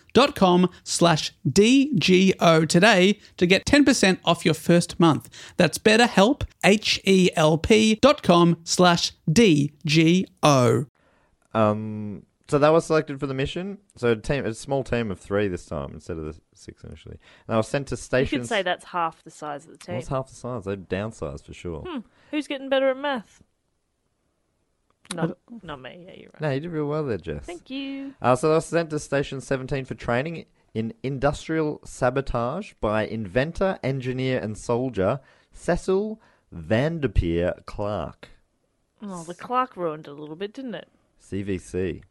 Speaker 3: slash DGO today to get 10% off your first month. That's betterhelp, H-E-L-P dot com slash DGO.
Speaker 5: Um, so that was selected for the mission. So a team, a small team of three this time instead of the six initially. And I was sent to
Speaker 6: You
Speaker 5: stations.
Speaker 6: could say that's half the size of the
Speaker 5: Well,
Speaker 6: team. Hmm.
Speaker 5: it's half the size. They downsized for sure.
Speaker 6: Who's getting better at math? Not, not me. Yeah, you're right.
Speaker 5: No, you did real well there, Jess.
Speaker 6: Thank you.
Speaker 5: Uh, so I was sent to Station 17 for training in industrial sabotage by inventor, engineer, and soldier Cecil Vanderpeer Clark,
Speaker 6: Oh, the clock ruined it a little bit, didn't it?
Speaker 5: CVC.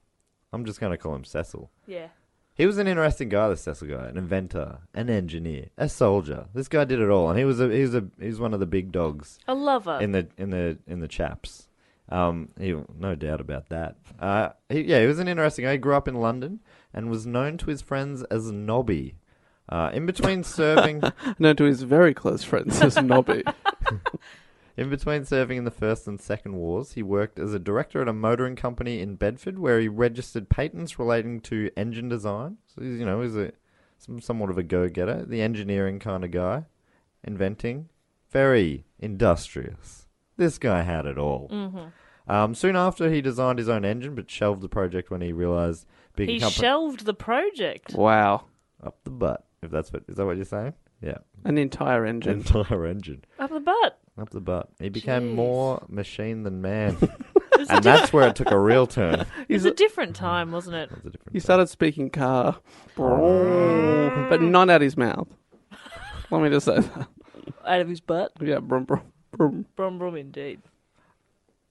Speaker 5: I'm just going to call him Cecil.
Speaker 6: Yeah.
Speaker 5: He was an interesting guy, this Cecil guy, an inventor, an engineer, a soldier. This guy did it all, and he was a, he was a, he was one of the big dogs
Speaker 6: A lover.
Speaker 5: in the in the in the chaps. Um, he, no doubt about that. Uh, he, yeah, he was an interesting guy. He grew up in London and was known to his friends as Nobby. Uh, in between serving,
Speaker 4: No, to his very close friends, as Nobby.
Speaker 5: in between serving in the first and second wars, he worked as a director at a motoring company in Bedford, where he registered patents relating to engine design. So he's, you know, he's a some, somewhat of a go-getter, the engineering kind of guy, inventing, very industrious. This guy had it all. Um, soon after, he designed his own engine, but shelved the project when he realized bigger
Speaker 6: he
Speaker 5: company
Speaker 6: shelved the project.
Speaker 4: Wow.
Speaker 5: up the butt. If that's what is that what you're saying? Yeah,
Speaker 4: An entire engine.
Speaker 5: entire engine
Speaker 6: Up the butt.
Speaker 5: up the butt. He became
Speaker 6: Jeez.
Speaker 5: more machine than man, and that's where it took a real turn.
Speaker 6: It was a different time, wasn't it?
Speaker 5: That's a different
Speaker 4: He
Speaker 5: time.
Speaker 4: started speaking car, but not out his mouth. Let me just say that.
Speaker 6: Out of his butt.
Speaker 4: Yeah, brum, brum, brum.
Speaker 6: Brum brum indeed.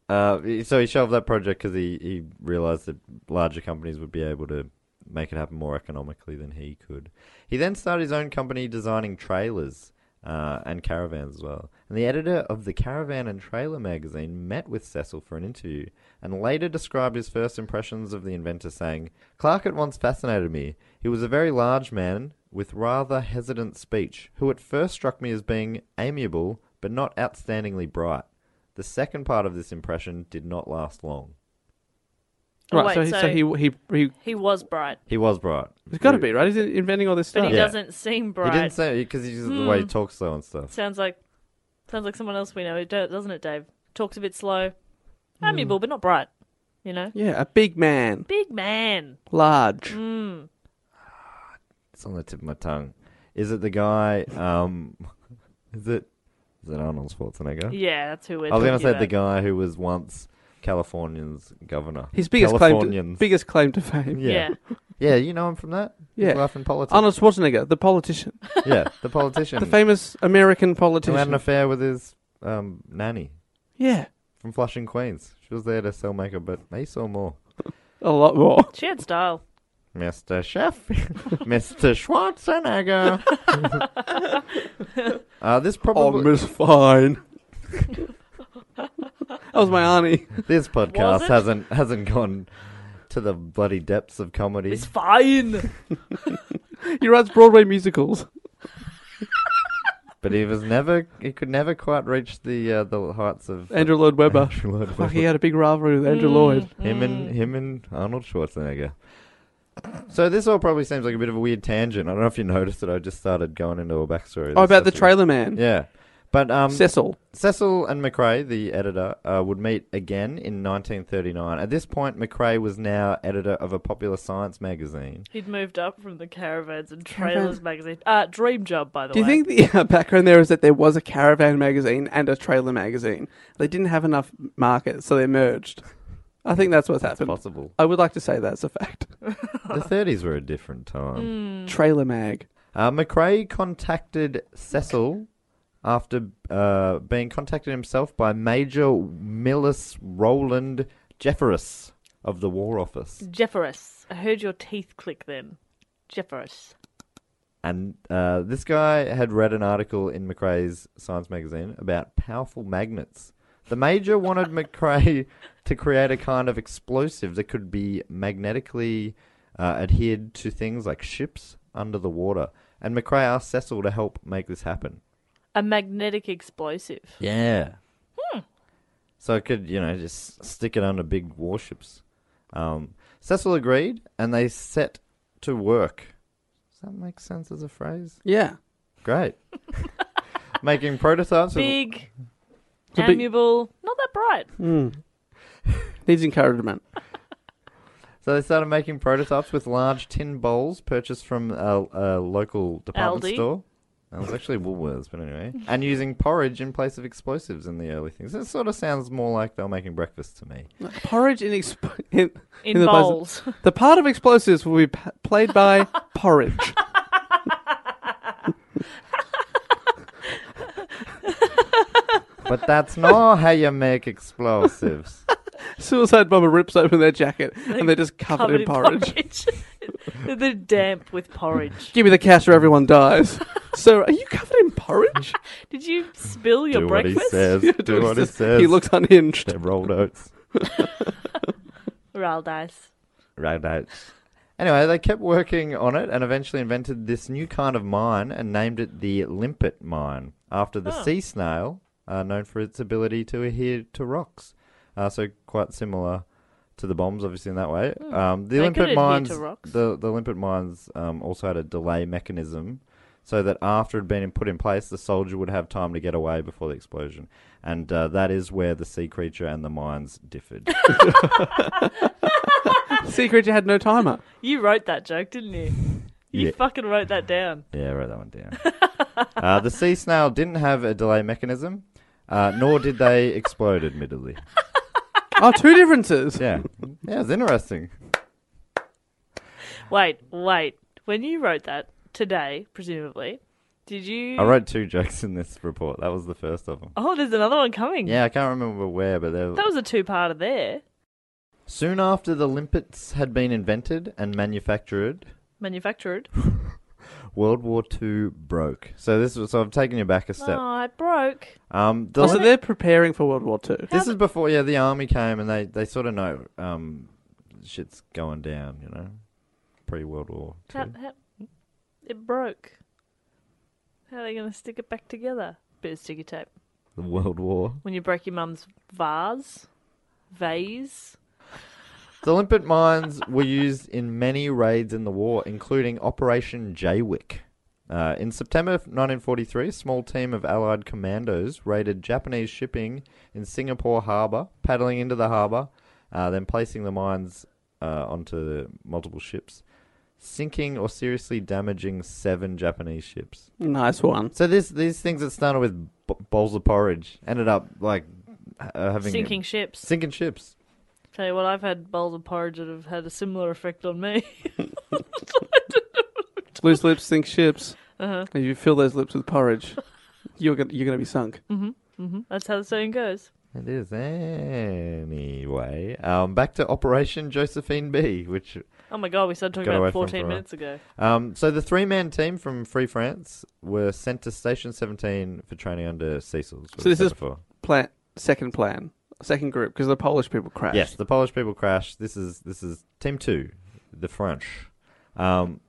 Speaker 5: Uh, so he shelved that project because he, he realized that larger companies would be able to make it happen more economically than he could. He then started his own company designing trailers uh, and caravans as well. And the editor of the Caravan and Trailer magazine met with Cecil for an interview and later described his first impressions of the inventor, saying, Clark at once fascinated me. He was a very large man with rather hesitant speech, who at first struck me as being amiable but not outstandingly bright. The second part of this impression did not last long.
Speaker 6: Oh,
Speaker 4: Right,
Speaker 6: wait,
Speaker 4: so, he, so he, he, he,
Speaker 6: He was bright,
Speaker 5: He was bright.
Speaker 4: he's got to be, right? He's inventing all this
Speaker 6: but
Speaker 4: stuff.
Speaker 6: he
Speaker 5: Yeah.
Speaker 6: doesn't seem
Speaker 5: He
Speaker 6: bright.
Speaker 5: didn't say because he's
Speaker 4: Hmm.
Speaker 5: just the way he talks though and stuff.
Speaker 6: Sounds like, sounds like someone else we know, do- doesn't it, Dave? Talks a bit slow, amiable but not bright. You know,
Speaker 4: Yeah, a big man.
Speaker 6: big man. Hmm.
Speaker 4: Large.
Speaker 5: It's on the tip of my tongue. Is it the guy? Um, is it is it Arnold Schwarzenegger?
Speaker 6: Yeah, that's who we're.
Speaker 5: I was
Speaker 6: going to
Speaker 5: say the guy who was once California's governor.
Speaker 4: His biggest claim, to,
Speaker 5: Californians.
Speaker 4: biggest claim to fame.
Speaker 5: yeah.
Speaker 6: Yeah.
Speaker 5: yeah, You know him from that. His
Speaker 4: Yeah.
Speaker 5: life in politics.
Speaker 4: Arnold Schwarzenegger, the politician,
Speaker 5: yeah, the politician.
Speaker 4: the famous
Speaker 5: who
Speaker 4: American
Speaker 5: had an
Speaker 4: politician.
Speaker 5: affair with his um, nanny
Speaker 4: Yeah,
Speaker 5: from Flushing, Queens. She was there to sell makeup, but he saw more.
Speaker 4: a lot more.
Speaker 6: She had style.
Speaker 5: Mr. Chef, Mr. Schwarzenegger. Oh, uh, this probably
Speaker 4: Miss Fine. was my auntie.
Speaker 5: This
Speaker 4: Was
Speaker 5: podcast
Speaker 4: it?
Speaker 5: hasn't hasn't gone to the bloody depths of comedy.
Speaker 4: It's fine. he writes Broadway musicals.
Speaker 5: But he was never he could never quite reach the uh, the heights of
Speaker 4: Andrew Lloyd Webber.
Speaker 5: Andrew Lloyd
Speaker 4: Fuck, he
Speaker 5: Webber.
Speaker 4: had a big rivalry with
Speaker 6: Mm.
Speaker 4: Andrew Lloyd.
Speaker 6: Hmm.
Speaker 5: Him
Speaker 4: Mm.
Speaker 5: and him and Arnold Schwarzenegger. So this all probably seems like a bit of a weird tangent. I don't know if you noticed that I just started going into a backstory.
Speaker 4: Oh, about the
Speaker 5: Cecil.
Speaker 4: trailer man.
Speaker 5: Yeah. But um,
Speaker 4: Cecil.
Speaker 5: Cecil and McRae, the editor, uh, would meet again in 1939. At this point, McRae was now editor of a popular science magazine.
Speaker 6: He'd moved up from the Caravans and
Speaker 4: Caravan.
Speaker 6: Trailers magazine. Uh, Dream Job, by the
Speaker 4: Do you
Speaker 6: way.
Speaker 4: think the uh, background there is that there was a caravan magazine and a trailer magazine? They didn't have enough market, so they merged. I think that's what's happened.
Speaker 5: possible.
Speaker 4: I would like to say that's a fact.
Speaker 5: The 30s were a different time.
Speaker 4: Trailer mag.
Speaker 5: Uh, McRae contacted Cecil after uh, being contacted himself by Major Millis Roland Jeffers of the War Office.
Speaker 6: Jeffers. I heard your teeth click then. Jeffers.
Speaker 5: And uh, this guy had read an article in McRae's science magazine about powerful magnets. The major wanted McRae to create a kind of explosive that could be magnetically uh, adhered to things like ships under the water. And McRae asked Cecil to help make this happen.
Speaker 6: A magnetic explosive.
Speaker 5: Yeah. So I could, you know, just stick it under big warships. Um, Cecil agreed, and they set to work. Does that make sense as a phrase?
Speaker 4: Yeah.
Speaker 5: Great. Making prototypes. with-
Speaker 6: Big,
Speaker 4: a big-
Speaker 6: amiable, not that bright.
Speaker 4: Mm. Needs encouragement.
Speaker 5: So they started making prototypes with large tin bowls purchased from a, a local department
Speaker 6: Aldi.
Speaker 5: store. That was actually Woolworths, but anyway. And using porridge in place of explosives in the early things. It sort of sounds more like they were making breakfast to me.
Speaker 4: Porridge in, exp- in,
Speaker 6: In
Speaker 4: the place-
Speaker 6: bowls.
Speaker 4: the part of explosives will be p- played by porridge.
Speaker 5: But that's not how you make explosives.
Speaker 4: Suicide bomber rips open their jacket and they're just covered, in, porridge.
Speaker 6: porridge. They're damp with porridge.
Speaker 4: Give me the cash or everyone dies. so, are you covered in porridge?
Speaker 6: Did you spill your
Speaker 5: do what
Speaker 6: breakfast?
Speaker 5: he says. do what he says.
Speaker 4: He looks unhinged.
Speaker 5: They rolled oats.
Speaker 6: Roll dice.
Speaker 5: Rolled oats. Anyway, they kept working on it and eventually invented this new kind of mine and named it the limpet mine after the sea snail, uh, known for its ability to adhere to rocks. Uh, so quite similar to the bombs, obviously in that way. Um, the
Speaker 6: Hmm. They could adhere
Speaker 5: limpet
Speaker 6: to
Speaker 5: mines,
Speaker 6: rocks.
Speaker 5: the the limpet mines um, also had a delay mechanism, so that after it had been put in place, the soldier would have time to get away before the explosion, and uh, that is where the sea creature and the mines differed.
Speaker 4: Sea creature had no timer.
Speaker 6: You wrote that joke, didn't you? You
Speaker 5: Yeah.
Speaker 6: fucking wrote that down.
Speaker 5: Yeah, write that one down. uh, the sea snail didn't have a delay mechanism, uh, nor did they explode, admittedly.
Speaker 4: Oh, two differences.
Speaker 5: Yeah. Yeah, it's interesting.
Speaker 6: Wait, wait. When you wrote that today, presumably, did you?
Speaker 5: I wrote two jokes in this report. That was the first of them.
Speaker 6: Oh, there's another one coming.
Speaker 5: Yeah, I can't remember where, but there
Speaker 6: That was a two-parter there.
Speaker 5: Soon after the limpets had been invented and manufactured,
Speaker 6: Manufactured.
Speaker 5: World War II broke. So this was so I've taken you back a step.
Speaker 6: Oh, it broke.
Speaker 5: Um the
Speaker 4: Oh, so
Speaker 5: lim-
Speaker 4: they're preparing for World War Two.
Speaker 5: this is before yeah, the army came and they, they sort of know um shit's going down, you know. Pre World War
Speaker 6: How,
Speaker 5: Two.
Speaker 6: how, it broke. How are they going to stick it back together? Bit of sticky tape.
Speaker 5: The World War.
Speaker 6: When you break your mum's vase, vase.
Speaker 5: The limpet mines were used in many raids in the war, including Operation Jaywick. Uh, in September 1943, a small team of Allied commandos raided Japanese shipping in Singapore harbour, paddling into the harbour, uh, then placing the mines uh, onto multiple ships, sinking or seriously damaging seven Japanese ships.
Speaker 4: Nice one.
Speaker 5: So this these things that started with b- bowls of porridge ended up like uh, having
Speaker 6: Sinking ships.
Speaker 5: Sinking ships.
Speaker 6: Tell you what, I've had bowls of porridge that have had a similar effect on me.
Speaker 4: Loose lips sink ships.
Speaker 6: Uh-huh.
Speaker 4: If you fill those lips with porridge, you're gonna you're gonna be sunk.
Speaker 6: hmm That's how the saying goes.
Speaker 5: It is anyway. Um, back to Operation Josephine B, which
Speaker 6: Oh my god, we started talking
Speaker 5: Got away
Speaker 6: about
Speaker 5: from it for a
Speaker 6: 14
Speaker 5: while.
Speaker 6: minutes ago.
Speaker 5: um, so the three man team from Free France were sent to Station Seventeen for training under Cecil's.
Speaker 4: So this is- Plan second plan second group because the Polish people crashed.
Speaker 5: Yes, the Polish people crashed. This is this is team two, the French, um,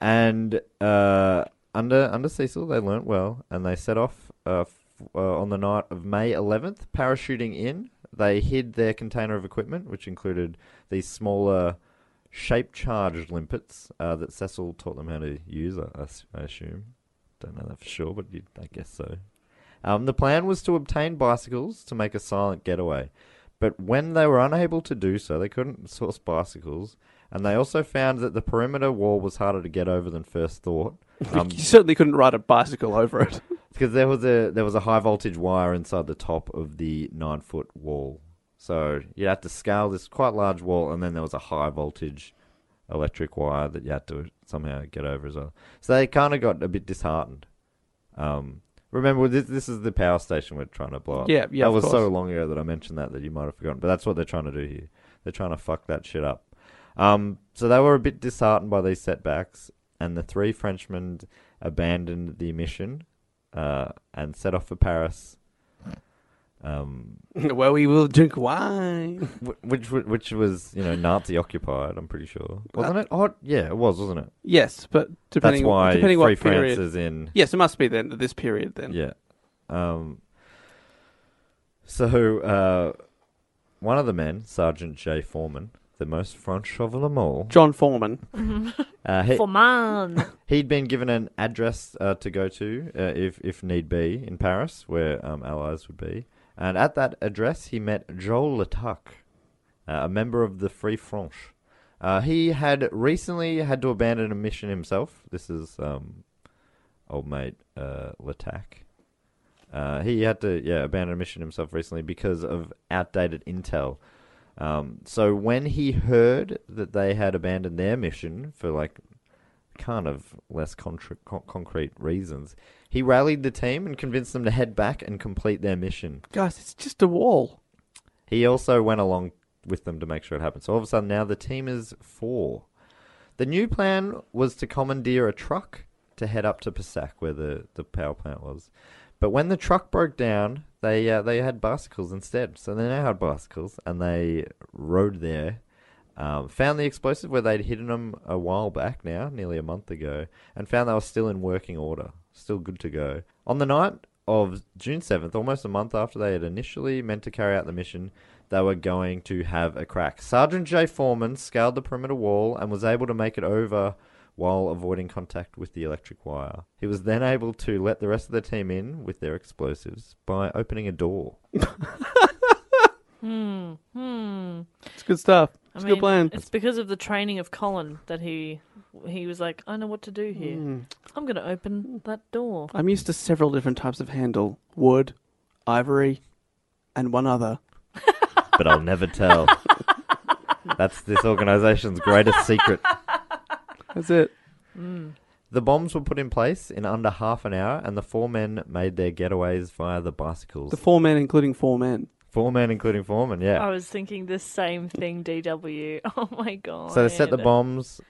Speaker 5: and uh, under under Cecil they learnt well, and they set off uh, f- uh, on the night of May 11th, parachuting in. They hid their container of equipment, which included these smaller shape-charged limpets uh, that Cecil taught them how to use. I, I s- I assume, don't know that for sure, but you, I guess so. Um, the plan was to obtain bicycles to make a silent getaway, but when they were unable to do so, they couldn't source bicycles, and they also found that the perimeter wall was harder to get over than first thought. Um,
Speaker 4: you certainly couldn't ride a bicycle over it.
Speaker 5: because there was a there was a high voltage wire inside the top of the nine foot wall, so you had to scale this quite large wall, and then there was a high voltage electric wire that you had to somehow get over as well. So they kind of got a bit disheartened. Um, remember, this this is the power station we're trying to blow up.
Speaker 4: Yeah, yeah,
Speaker 5: That
Speaker 4: of
Speaker 5: was so
Speaker 4: course.
Speaker 5: long ago that I mentioned that that you might have forgotten, but that's what they're trying to do here. They're trying to fuck that shit up. Um, so they were a bit disheartened by these setbacks, and the three Frenchmen abandoned the mission uh, and set off for Paris. Um,
Speaker 4: well, we will drink wine.
Speaker 5: wh- which wa- which was you know Nazi occupied. I'm pretty sure, wasn't it? Oh, yeah, it was, wasn't it?
Speaker 4: Yes, but depending
Speaker 5: That's why
Speaker 4: depending
Speaker 5: Free
Speaker 4: what period
Speaker 5: France is in.
Speaker 4: Yes, it must be then this period then.
Speaker 5: Yeah. Um, so uh, one of the men, Sergeant J. Foreman, the most French of them all,
Speaker 4: John Foreman.
Speaker 5: uh, he,
Speaker 6: For man.
Speaker 5: He'd been given an address uh, to go to uh, if if need be in Paris, where um, allies would be. And at that address, he met Joel Latac, uh, a member of the Free Franche. Uh, he had recently had to abandon a mission himself. This is um, old mate uh, Latac. Uh, he had to yeah abandon a mission himself recently because of outdated intel. Um, so when he heard that they had abandoned their mission for like kind of less contra- con- concrete reasons, he rallied the team and convinced them to head back and complete their mission.
Speaker 4: Guys, it's just a wall.
Speaker 5: He also went along with them to make sure it happened. So all of a sudden now the team is four. The new plan was to commandeer a truck to head up to Passac where the, the power plant was. But when the truck broke down, they uh, they had bicycles instead. So they now had bicycles and they rode there. Um, found the explosive where they'd hidden them a while back now, nearly a month ago, and found they were still in working order, still good to go. On the night of June 7th, almost a month after they had initially meant to carry out the mission, they were going to have a crack. Sergeant J. Foreman scaled the perimeter wall and was able to make it over while avoiding contact with the electric wire. He was then able to let the rest of the team in with their explosives by opening a door.
Speaker 6: Hmm. Hmm.
Speaker 4: It's good stuff.
Speaker 6: I
Speaker 4: It's a
Speaker 6: mean,
Speaker 4: good plan.
Speaker 6: It's because of the training of Colin that he he was like, I know what to do here.
Speaker 4: Mm.
Speaker 6: I'm going to
Speaker 4: Hmm.
Speaker 6: open that door.
Speaker 4: I'm used to several different types of handle: wood, ivory, and one other.
Speaker 5: But I'll never tell. That's this organization's greatest secret.
Speaker 4: That's it.
Speaker 5: The bombs were put in place in under half an hour, and the four men made their getaways via the bicycles.
Speaker 4: The four men, including four men.
Speaker 5: four men, including Foreman, yeah.
Speaker 6: I was thinking the same thing, DW. Oh my god.
Speaker 5: so they set the bombs,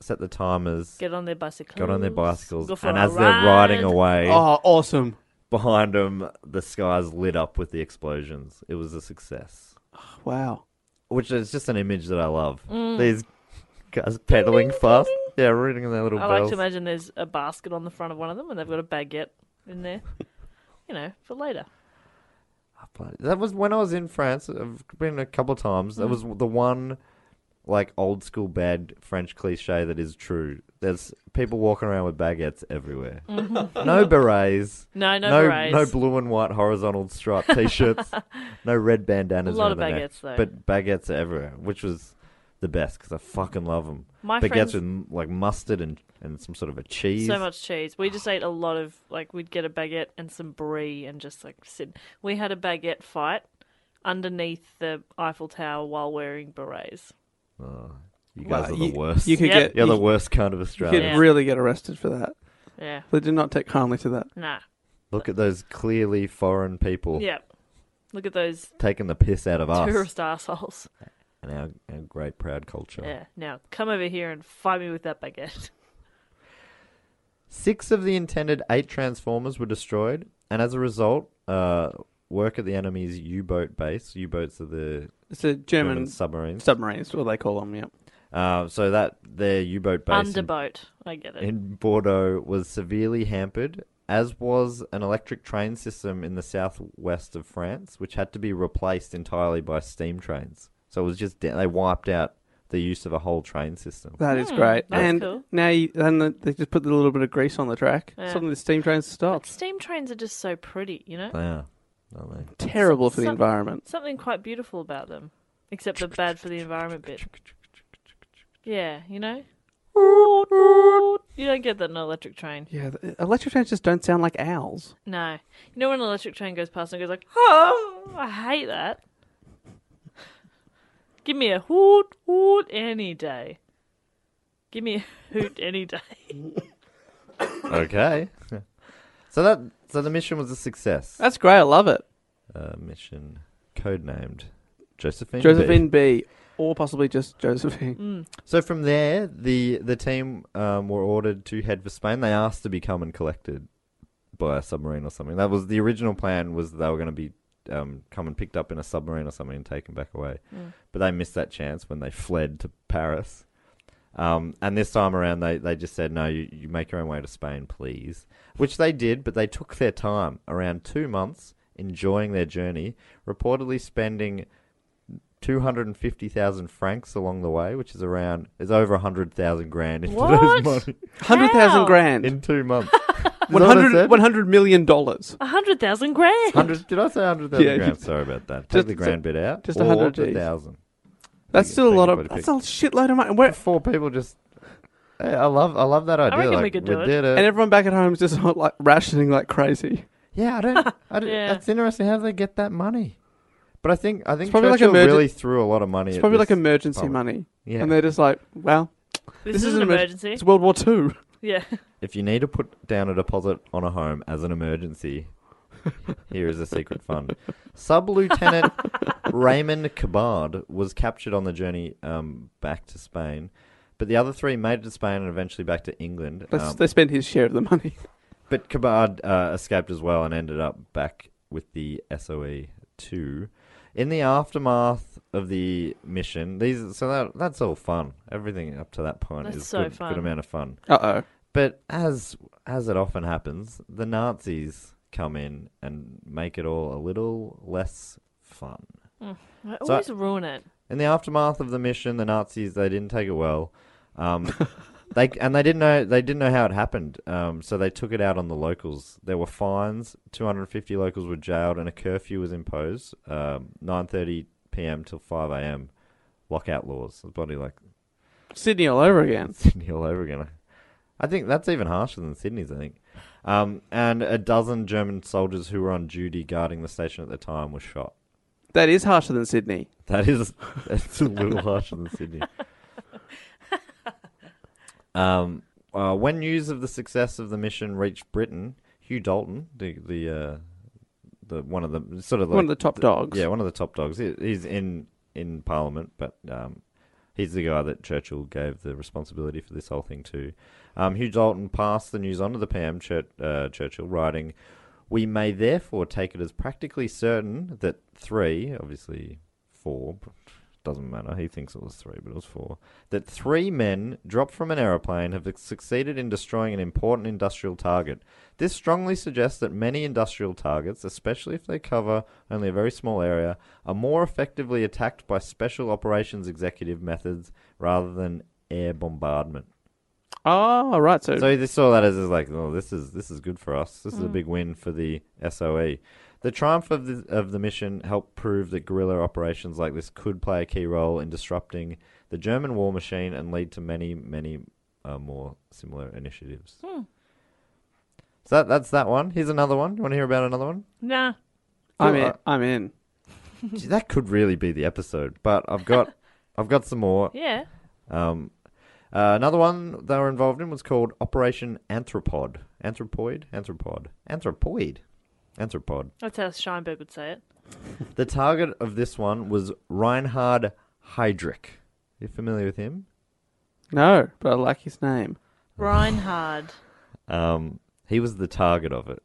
Speaker 5: set the timers,
Speaker 6: Get on their bicycles.
Speaker 5: got on their bicycles,
Speaker 6: go for
Speaker 5: and
Speaker 6: a
Speaker 5: as they're riding
Speaker 6: ride.
Speaker 5: away,
Speaker 4: Oh, awesome!
Speaker 5: behind them, the skies lit up with the explosions. It was a success.
Speaker 4: Wow.
Speaker 5: Which is just an image that I love.
Speaker 6: Mm.
Speaker 5: These guys pedaling fast. Yeah, ringing their little
Speaker 6: I like
Speaker 5: bells.
Speaker 6: to imagine there's a basket on the front of one of them, and they've got a baguette in there. You know, for later.
Speaker 5: But That was when I was in France. I've been a couple times.
Speaker 6: Mm.
Speaker 5: That was the one, like old school bad French cliche that is true. There's people walking around with baguettes everywhere.
Speaker 6: Mm-hmm.
Speaker 5: No berets.
Speaker 6: No, no berets.
Speaker 5: No blue and white horizontal striped t-shirts. no red bandanas.
Speaker 6: A lot
Speaker 5: around
Speaker 6: of
Speaker 5: their neck.
Speaker 6: baguettes, though.
Speaker 5: But baguettes are everywhere, which was the best because I fucking love them.
Speaker 6: My
Speaker 5: baguettes
Speaker 6: friends-
Speaker 5: with like mustard and and some sort of a cheese.
Speaker 6: So much cheese. We just ate a lot of like we'd get a baguette and some brie and just like sit. We had a baguette fight underneath the Eiffel Tower while wearing berets.
Speaker 5: Oh, you
Speaker 4: Well,
Speaker 5: guys are
Speaker 4: you-
Speaker 5: the worst.
Speaker 4: You could
Speaker 6: Yep.
Speaker 4: get
Speaker 5: You're
Speaker 4: you,
Speaker 5: the worst kind of
Speaker 4: you
Speaker 5: Australian.
Speaker 4: could
Speaker 6: Yeah.
Speaker 4: really get arrested for that.
Speaker 6: Yeah.
Speaker 4: They did not take kindly to that.
Speaker 6: Nah.
Speaker 5: Look at those clearly foreign people
Speaker 6: Yep. Look at those
Speaker 5: taking the piss out of us
Speaker 6: tourist assholes.
Speaker 5: and our, our great proud culture.
Speaker 6: Yeah. Now come over here and fight me with that baguette.
Speaker 5: Six of the intended eight Transformers were destroyed, and as a result, uh, work at the enemy's U-boat base. U-boats are the
Speaker 4: It's a German,
Speaker 5: submarines.
Speaker 4: Submarines, what they call them. Yep.
Speaker 5: Uh, so that their U-boat base in-
Speaker 6: Underboat. I get it.
Speaker 5: in Bordeaux was severely hampered, as was an electric train system in the southwest of France, which had to be replaced entirely by steam trains. So it was just they wiped out the use of a whole train system.
Speaker 4: That is great.
Speaker 6: Hmm, that's
Speaker 4: and
Speaker 6: cool.
Speaker 4: now you, then the- they just put a little bit of grease on the track.
Speaker 6: Yeah.
Speaker 4: Suddenly the steam trains
Speaker 6: But
Speaker 4: stopped.
Speaker 6: steam trains are just so pretty, you know?
Speaker 5: Yeah, aren't they?
Speaker 4: Terrible for the
Speaker 6: Some-
Speaker 4: environment.
Speaker 6: Something quite beautiful about them, except the bad for the environment bit. Yeah, you know? You don't get that in an electric train.
Speaker 4: Yeah, the- uh, electric trains just don't sound like owls.
Speaker 6: No. You know when an electric train goes past and goes like, oh, I hate that. Give me a hoot hoot any day. Give me a hoot any day.
Speaker 5: okay. so that so the mission was a success.
Speaker 4: That's great. I love it.
Speaker 5: Uh, mission codenamed Josephine. B.
Speaker 4: Josephine B. Or possibly just Josephine.
Speaker 6: Mm.
Speaker 5: So from there, the the team um, were ordered to head for Spain. They asked to be come and collected by a submarine or something. That was the original plan. Was they were going to be um, come and picked up in a submarine or something and taken back away. But they missed that chance when they fled to Paris. Um, and this time around, they, they just said, no, you, you make your own way to Spain, please. Which they did, but they took their time around two months enjoying their journey, reportedly spending 250,000 francs along the way, which is around, is over 100,000 grand into
Speaker 6: What?
Speaker 5: this money
Speaker 4: 100,000
Speaker 6: Wow.
Speaker 4: grand.
Speaker 5: in two months. Is that what I
Speaker 4: 100,
Speaker 5: said?
Speaker 4: 100 million dollars.
Speaker 6: A hundred thousand grand.
Speaker 5: 100 did I say 100,000
Speaker 4: Yeah.
Speaker 5: grand? Sorry about that. Take
Speaker 4: Just-
Speaker 5: the grand bit out.
Speaker 4: just
Speaker 5: or
Speaker 4: 100 Gs.
Speaker 5: 100,000.
Speaker 4: That's
Speaker 5: Big-
Speaker 4: still a
Speaker 5: big
Speaker 4: lot
Speaker 5: body
Speaker 4: of. That's a
Speaker 5: pic.
Speaker 4: shitload of money. And, we're-
Speaker 5: Four people just. Hey, I love I love that idea.
Speaker 6: reckon we
Speaker 5: like,
Speaker 6: could do it.
Speaker 5: did it.
Speaker 4: and everyone back at home is just like rationing like crazy.
Speaker 5: Yeah, I don't. I don't
Speaker 6: Yeah.
Speaker 5: That's interesting how they get that money. But I think I think
Speaker 4: It's probably like
Speaker 5: Churchill
Speaker 4: emergen-
Speaker 5: really threw a lot of money.
Speaker 4: It's
Speaker 5: at
Speaker 4: probably like
Speaker 5: this
Speaker 4: emergency
Speaker 5: public.
Speaker 4: money.
Speaker 5: Yeah.
Speaker 4: And they're just like, well,
Speaker 6: This,
Speaker 4: this,
Speaker 6: is,
Speaker 4: an
Speaker 6: an
Speaker 4: emer-
Speaker 6: emergency.
Speaker 4: It's World War Two.
Speaker 6: Yeah.
Speaker 5: If you need to put down a deposit on a home as an emergency, here is a secret fund. Sub Lieutenant Raymond Cabard was captured on the journey um, back to Spain, but the other three made it to Spain and eventually back to England.
Speaker 4: That's,
Speaker 5: Um,
Speaker 4: they spend his share of the money.
Speaker 5: But Kabard uh, escaped as well and ended up back with the SOE two. In the aftermath of the mission, these so that that's all fun. Everything up to that point
Speaker 6: That's
Speaker 5: is
Speaker 6: so
Speaker 5: good,
Speaker 6: fun.
Speaker 5: good amount of fun.
Speaker 4: Uh oh.
Speaker 5: But as as it often happens, the Nazis come in and make it all a little less fun.
Speaker 6: I
Speaker 5: So-
Speaker 6: always ruin it.
Speaker 5: In the aftermath of the mission, the Nazis they didn't take it well. Um, they and they didn't know they didn't know how it happened. Um, so they took it out on the locals. There were fines. Two hundred and fifty locals were jailed, and a curfew was imposed. Um, Nine thirty p.m. till five a.m. Lockout laws. It's probably like
Speaker 4: Sydney all over again.
Speaker 5: Sydney all over again. I think that's even harsher than Sydney's. I think. Um, and a dozen German soldiers who were on duty guarding the station at the time were shot.
Speaker 4: That is harsher than Sydney.
Speaker 5: That is that's a little harsher than Sydney. Um, uh, when news of the success of the mission reached Britain, Hugh Dalton, the the uh, the one of the sort of like
Speaker 4: One of the top dogs.
Speaker 5: yeah, one of the top dogs. He, he's in in Parliament, but um, he's the guy that Churchill gave the responsibility for this whole thing to. Um, Hugh Dalton passed the news on to the PM, Chur- uh, Churchill, writing, "We may therefore take it as practically certain that three, obviously four, but doesn't matter. He thinks it was three, but it was four. That three men dropped from an aeroplane have succeeded in destroying an important industrial target. This strongly suggests that many industrial targets, especially if they cover only a very small area, are more effectively attacked by special operations executive methods rather than air bombardment.
Speaker 4: Oh, right. So,
Speaker 5: So they saw that as, as like, oh, this is this is good for us. This is a big win for the SOE. The triumph of the of the mission helped prove that guerrilla operations like this could play a key role in disrupting the German war machine and lead to many many uh, more similar initiatives. So that, that's that one. Here's another one. You want to hear about another one?
Speaker 6: Nah.
Speaker 4: I'm in.
Speaker 5: Alright.
Speaker 4: I'm in.
Speaker 5: Gee, that could really be the episode, but I've got I've got some more.
Speaker 6: Yeah.
Speaker 5: Um, uh, another one they were involved in was called Operation Anthropod. Anthropoid? Anthropod. Anthropoid. Anthropod.
Speaker 6: That's how Scheinberg would say it.
Speaker 5: The target of this one was Reinhard Heydrich. You familiar with him?
Speaker 4: No, but I like his name.
Speaker 6: Reinhard.
Speaker 5: Um, he was the target of it.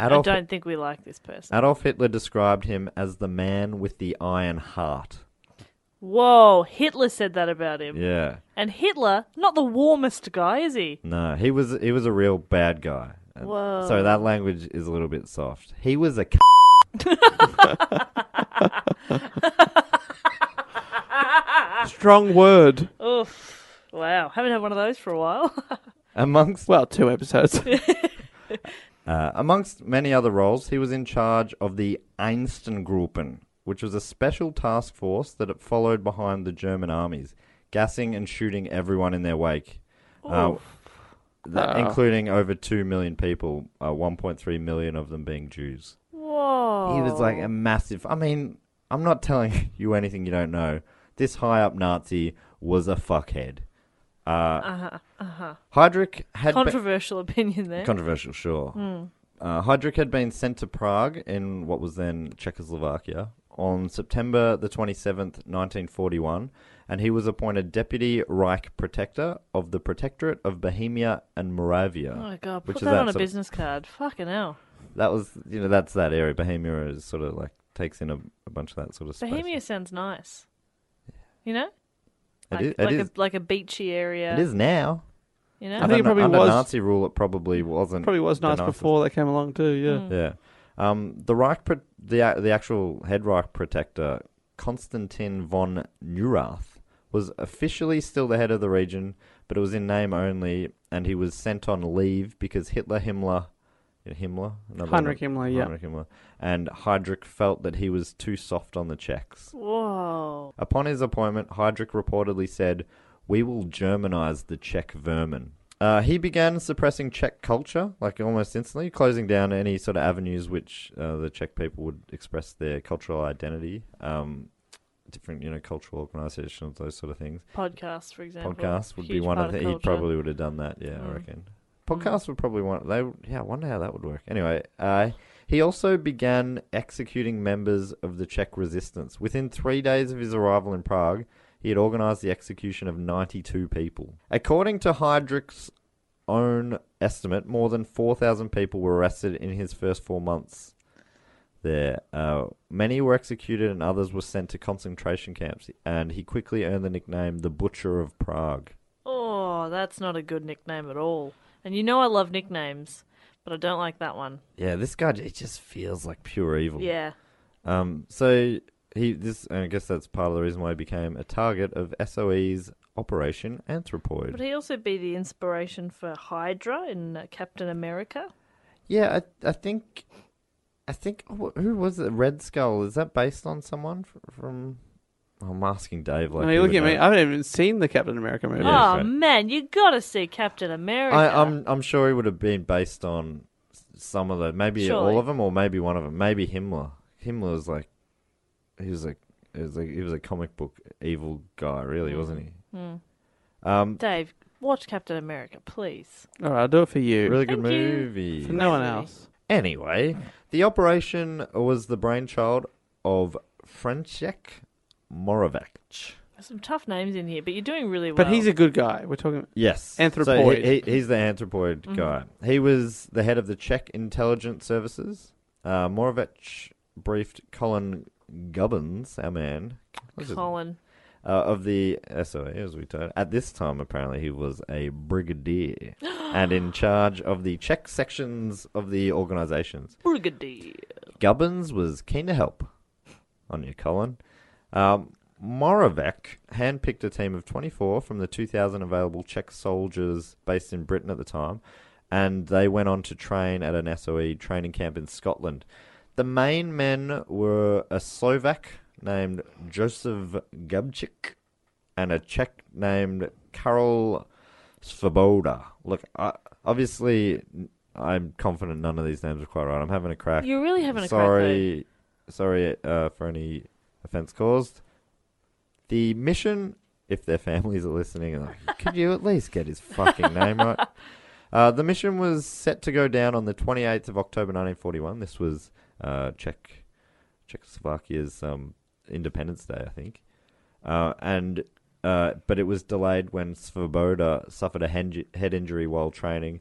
Speaker 5: Adolf-
Speaker 6: I don't think we like this person.
Speaker 5: Adolf Hitler described him as the man with the iron heart.
Speaker 6: Whoa, Hitler said that about him.
Speaker 5: Yeah.
Speaker 6: And Hitler, not the warmest guy, is he?
Speaker 5: No, he was he was a real bad guy. And
Speaker 6: Whoa.
Speaker 5: So that language is a little bit soft. He was a. C-
Speaker 4: Strong word.
Speaker 6: Oof. Wow. Haven't had one of those for a while.
Speaker 5: amongst
Speaker 4: well, two episodes.
Speaker 5: Uh, amongst many other roles, he was in charge of the Einstengruppen, which was a special task force that followed behind the German armies, gassing and shooting everyone in their wake, uh, that,
Speaker 4: Ah.
Speaker 5: including over 2 million people, uh, 1.3 million of them being Jews.
Speaker 6: Whoa.
Speaker 5: He was like a massive. I mean, I'm not telling you anything you don't know. This high up Nazi was a fuckhead. Uh,
Speaker 6: Uh-huh. Uh-huh.
Speaker 5: Heydrich had. been-
Speaker 6: Controversial opinion there.
Speaker 5: Controversial, sure.
Speaker 6: Hmm.
Speaker 5: Uh, Heydrich had been sent to Prague in what was then Czechoslovakia on September the 27th, 1941, and he was appointed Deputy Reich Protector of the Protectorate of Bohemia and Moravia.
Speaker 6: Oh my god,
Speaker 5: which
Speaker 6: put
Speaker 5: is
Speaker 6: that on a
Speaker 5: sort of-
Speaker 6: business card. Fucking hell.
Speaker 5: that was, you know, that's that area. Bohemia is sort of like takes in a, a bunch of that sort of space.
Speaker 6: Bohemia sounds nice. You know?
Speaker 5: It
Speaker 6: Like,
Speaker 5: is- it
Speaker 6: like
Speaker 5: is-
Speaker 6: a like a beachy area.
Speaker 5: It is now.
Speaker 6: You know?
Speaker 4: I think it probably
Speaker 5: under
Speaker 4: was-
Speaker 5: Nazi rule. It probably wasn't.
Speaker 4: Probably was
Speaker 5: the
Speaker 4: nice
Speaker 5: nicest.
Speaker 4: before they came along too. Yeah.
Speaker 5: Yeah. Um, the Reich, pro- the a- the actual head Reich protector, Konstantin von Neurath, was officially still the head of the region, but it was in name only, and he was sent on leave because Hitler Himmler, Himmler, Another one.
Speaker 4: Heinrich Himmler, yeah.
Speaker 5: Heinrich Himmler, and Heydrich felt that he was too soft on the Czechs.
Speaker 6: Whoa.
Speaker 5: Upon his appointment, Heydrich reportedly said, We will Germanize the Czech vermin. Uh, he began suppressing Czech culture, like almost instantly, closing down any sort of avenues which uh, the Czech people would express their cultural identity, um, different, you know, cultural organizations, those sort of things.
Speaker 6: Podcasts, for example.
Speaker 5: Podcasts would be
Speaker 6: Huge
Speaker 5: one
Speaker 6: part
Speaker 5: of the, he
Speaker 6: culture.
Speaker 5: probably would have done that, yeah, I
Speaker 6: Mm.
Speaker 5: reckon. Podcasts would probably want, they, yeah, I wonder how that would work. Anyway, uh, he also began executing members of the Czech resistance. Within three days of his arrival in Prague, he had organized the execution of 92 people. According to Heydrich's own estimate, more than 4,000 people were arrested in his first four months there. Uh, many were executed and others were sent to concentration camps, and he quickly earned the nickname the Butcher of Prague.
Speaker 6: Oh, that's not a good nickname at all. And you know I love nicknames, but I don't like that one.
Speaker 5: Yeah, this guy, it just feels like pure evil.
Speaker 6: Yeah.
Speaker 5: Um, so he this, and I guess that's part of the reason why he became a target of SOE's Operation Anthropoid.
Speaker 6: Would he also be the inspiration for Hydra in uh, Captain America?
Speaker 5: Yeah, I, I think, I think oh, wh- who was it? Red Skull is that based on someone fr- from? Oh, I'm asking Dave. Like,
Speaker 4: no,
Speaker 5: he
Speaker 4: you look
Speaker 5: would
Speaker 4: at me.
Speaker 5: know.
Speaker 4: I haven't even seen the Captain America movie.
Speaker 6: oh
Speaker 5: right.
Speaker 6: man, you gotta see Captain America.
Speaker 5: I, um, I'm I'm sure he would have been based on s- some of the maybe
Speaker 6: Surely.
Speaker 5: all of them or maybe one of them. Maybe Himmler. Himmler was like he was like he was like he was a comic book evil guy, really, wasn't he?
Speaker 6: Mm.
Speaker 5: Um,
Speaker 6: Dave, watch Captain America, please.
Speaker 4: All right, I'll do it for you.
Speaker 5: really good
Speaker 6: Thank you.
Speaker 5: movie.
Speaker 4: For no one else.
Speaker 5: Anyway, the operation was the brainchild of Francek Moravec.
Speaker 6: There's some tough names in here, but you're doing really well.
Speaker 4: But he's a good guy. We're talking
Speaker 5: Yes. So
Speaker 4: Anthropoid. Mm-hmm.
Speaker 5: he, he, he's the anthropoid
Speaker 6: Mhm.
Speaker 5: guy. He was the head of the Czech intelligence services. Uh, Moravec briefed Colin Gubbins, our man, what's his-
Speaker 6: Colin.
Speaker 5: uh, of the SOA, as we told. At this time, apparently, he was a brigadier and in charge of the Czech sections of the organizations.
Speaker 6: Brigadier.
Speaker 5: Gubbins was keen to help on you, Colin. Um, Moravec handpicked a team of 24 from the 2,000 available Czech soldiers based in Britain at the time, and they went on to train at an SOE training camp in Scotland. The main men were a Slovak named Joseph Gabchik and a Czech named Karol Svoboda. Look, I, obviously, I'm confident none of these names are quite right. I'm having a crack.
Speaker 6: You're really having a crack,
Speaker 5: sorry, sorry uh, for any offence caused. The mission, if their families are listening, are like, could you at least get his fucking name right? Uh, the mission was set to go down on the 28th of October 1941. This was uh, Czech Czechoslovakia's um, Independence Day, I think. Uh, and uh, but it was delayed when Svoboda suffered a hen- head injury while training,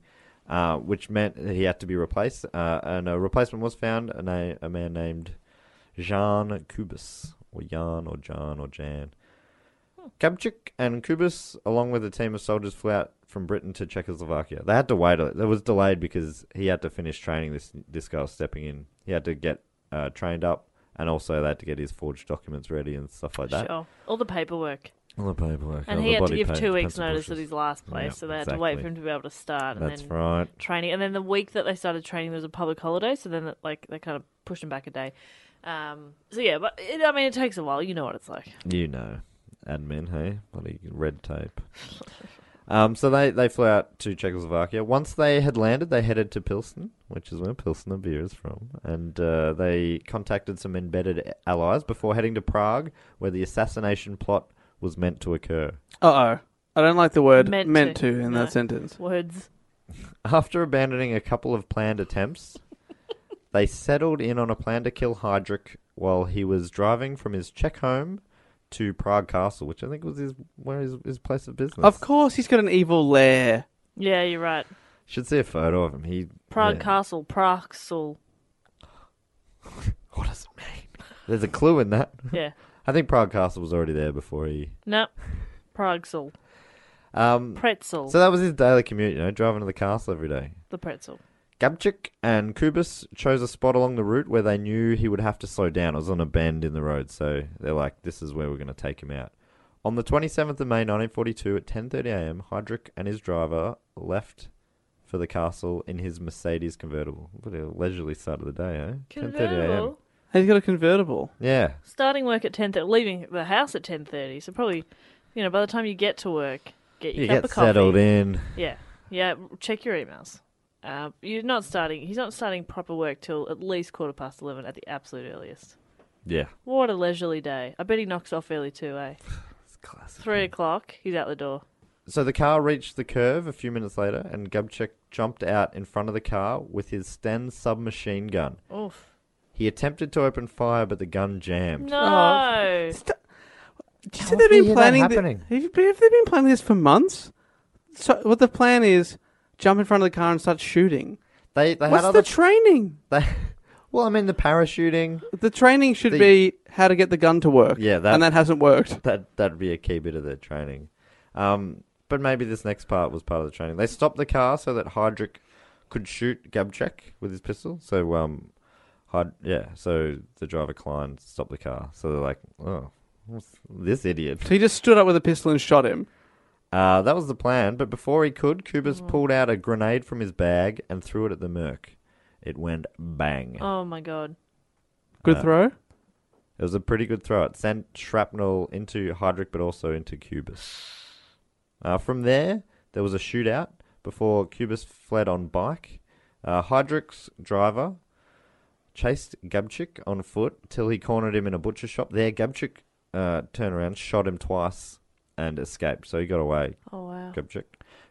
Speaker 5: uh, which meant that he had to be replaced. Uh, and a replacement was found, a, na- a man named Jean Kubis, or Jan, or John, or Jan. Kabchik and Kubis, along with a team of soldiers, flew out from Britain to Czechoslovakia. They had to wait. That was delayed because he had to finish training this this guy was stepping in. He had to get uh, trained up, and also they had to get his forged documents ready and stuff like that.
Speaker 6: Sure. All the paperwork.
Speaker 5: All the paperwork.
Speaker 6: And
Speaker 5: all
Speaker 6: he
Speaker 5: the
Speaker 6: had to
Speaker 5: body
Speaker 6: give
Speaker 5: paint,
Speaker 6: two weeks'
Speaker 5: pencil
Speaker 6: notice at
Speaker 5: brushes.
Speaker 6: his last place,
Speaker 5: Yeah,
Speaker 6: so they had to wait for
Speaker 5: exactly.
Speaker 6: him to be able to start. And
Speaker 5: That's
Speaker 6: then
Speaker 5: right.
Speaker 6: Training, and then the week that they started training there was a public holiday, so then it, like they kind of pushed him back a day. Um, so yeah, but it, I mean, it takes a while. You know what it's like.
Speaker 5: You know, admin, hey, bloody red tape. um, so they they flew out to Czechoslovakia. Once they had landed, they headed to Pilsen, which is where Pilsner beer is from, and uh, they contacted some embedded allies before heading to Prague, where the assassination plot was meant to occur.
Speaker 4: Uh oh. I don't like the word meant, to. in
Speaker 6: No.
Speaker 4: that sentence.
Speaker 6: Words.
Speaker 5: After abandoning a couple of planned attempts, they settled in on a plan to kill Heydrich while he was driving from his Czech home to Prague Castle, which I think was his where his, his place of business.
Speaker 4: Of course, he's got an evil lair.
Speaker 6: Yeah, you're right.
Speaker 5: Should see a photo of him. He
Speaker 6: Prague
Speaker 5: yeah.
Speaker 6: Castle, Praxel.
Speaker 5: There's a clue in that.
Speaker 6: Yeah.
Speaker 5: I think Prague Castle was already there before he.
Speaker 6: No, Praxel.
Speaker 5: Um,
Speaker 6: Pretzel.
Speaker 5: So that was his daily commute, you know, driving to the castle every day.
Speaker 6: The pretzel.
Speaker 5: Gabchik and Kubis chose a spot along the route where they knew he would have to slow down. It was on a bend in the road, so they're like, "This is where we're going to take him out." On the 27th of May 1942 at 10:30 a.m., Heydrich and his driver left for the castle in his Mercedes convertible. What a leisurely start of the day, eh? 10:30 a.m.
Speaker 6: Convertible?
Speaker 4: And he's got a convertible.
Speaker 5: Yeah,
Speaker 6: Starting work at ten thirty, leaving the house at ten thirty. So probably, you know, by the time you get to work, get your
Speaker 5: You
Speaker 6: cup
Speaker 5: get
Speaker 6: of coffee.
Speaker 5: settled in.
Speaker 6: Yeah, yeah. Check your emails. Uh, you're not starting. He's not starting proper work till at least quarter past eleven at the absolute earliest.
Speaker 5: yeah.
Speaker 6: What a leisurely day. I bet he knocks off early too, eh? it's
Speaker 5: classic.
Speaker 6: Three o'clock, he's out the door.
Speaker 5: So the car reached the curve a few minutes later, and Gubchek jumped out in front of the car with his Sten submachine gun.
Speaker 6: Oof.
Speaker 5: He attempted to open fire, but the gun jammed.
Speaker 6: No.
Speaker 4: Do you think they've been
Speaker 5: hear that
Speaker 4: planning? thi-
Speaker 5: happening?
Speaker 4: have, you- have they been planning this for months? So what the plan is? Jump in front of the car and start shooting.
Speaker 5: They, they
Speaker 4: What's
Speaker 5: had
Speaker 4: the
Speaker 5: other.
Speaker 4: training?
Speaker 5: they, well, I mean the parachuting.
Speaker 4: The training should
Speaker 5: The-
Speaker 4: be how to get the gun to work.
Speaker 5: Yeah, that-
Speaker 4: and that hasn't worked.
Speaker 5: That that'd be a key bit of their training. Um, but maybe this next part was part of the training. They stopped the car so that Heydrich could shoot Gubchek with his pistol. So um, Hyd- yeah. So the driver Klein stopped the car. So they're like, oh, what's this idiot.
Speaker 4: So he just stood up with a pistol and shot him.
Speaker 5: Uh, that was the plan, but before he could,
Speaker 4: Oh.
Speaker 5: Kubis pulled out a grenade from his bag and threw it at the Merc. It went bang.
Speaker 6: Oh my god.
Speaker 4: Good
Speaker 5: Uh,
Speaker 4: throw.
Speaker 5: It was a pretty good throw. It sent shrapnel into Heydrich, but also into Cubis. Uh, from there, there was a shootout before Cubis fled on bike. Uh, Heydrich's driver chased Gabchik on foot till he cornered him in a butcher shop. There, Gabchik uh, turned around, shot him twice, and escaped. So he got away.
Speaker 6: Oh, wow.
Speaker 5: Gabchik.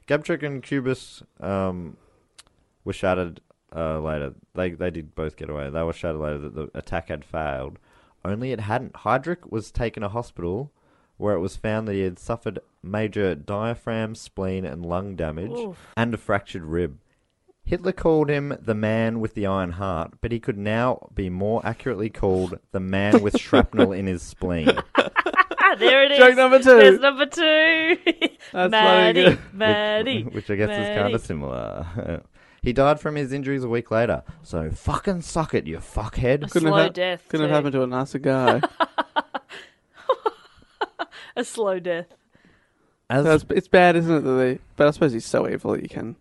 Speaker 5: Gabchik and Cubis um, were shattered uh, later. They they did both get away. They were shattered later that the attack had failed. Only it hadn't. Heydrich was taken to hospital, where it was found that he had suffered major diaphragm, spleen, and lung damage,
Speaker 6: Oof.
Speaker 5: and a fractured rib. Hitler called him the man with the iron heart, but he could now be more accurately called the man with shrapnel in his spleen.
Speaker 6: Ah, there it is.
Speaker 4: Joke number two.
Speaker 6: There's number two.
Speaker 4: bloody
Speaker 6: Maddie.
Speaker 4: good.
Speaker 6: Maddie.
Speaker 5: Which, which I guess is kind
Speaker 6: Maddie.
Speaker 5: of similar. he died from his injuries a week later. So fucking suck it, you fuckhead.
Speaker 6: Slow
Speaker 4: have, hap-
Speaker 6: death,
Speaker 4: Couldn't
Speaker 6: too.
Speaker 4: have happened to a nicer guy.
Speaker 6: a slow death.
Speaker 5: As-
Speaker 4: So it's, it's bad, isn't it? That they, but I suppose he's so evil that you can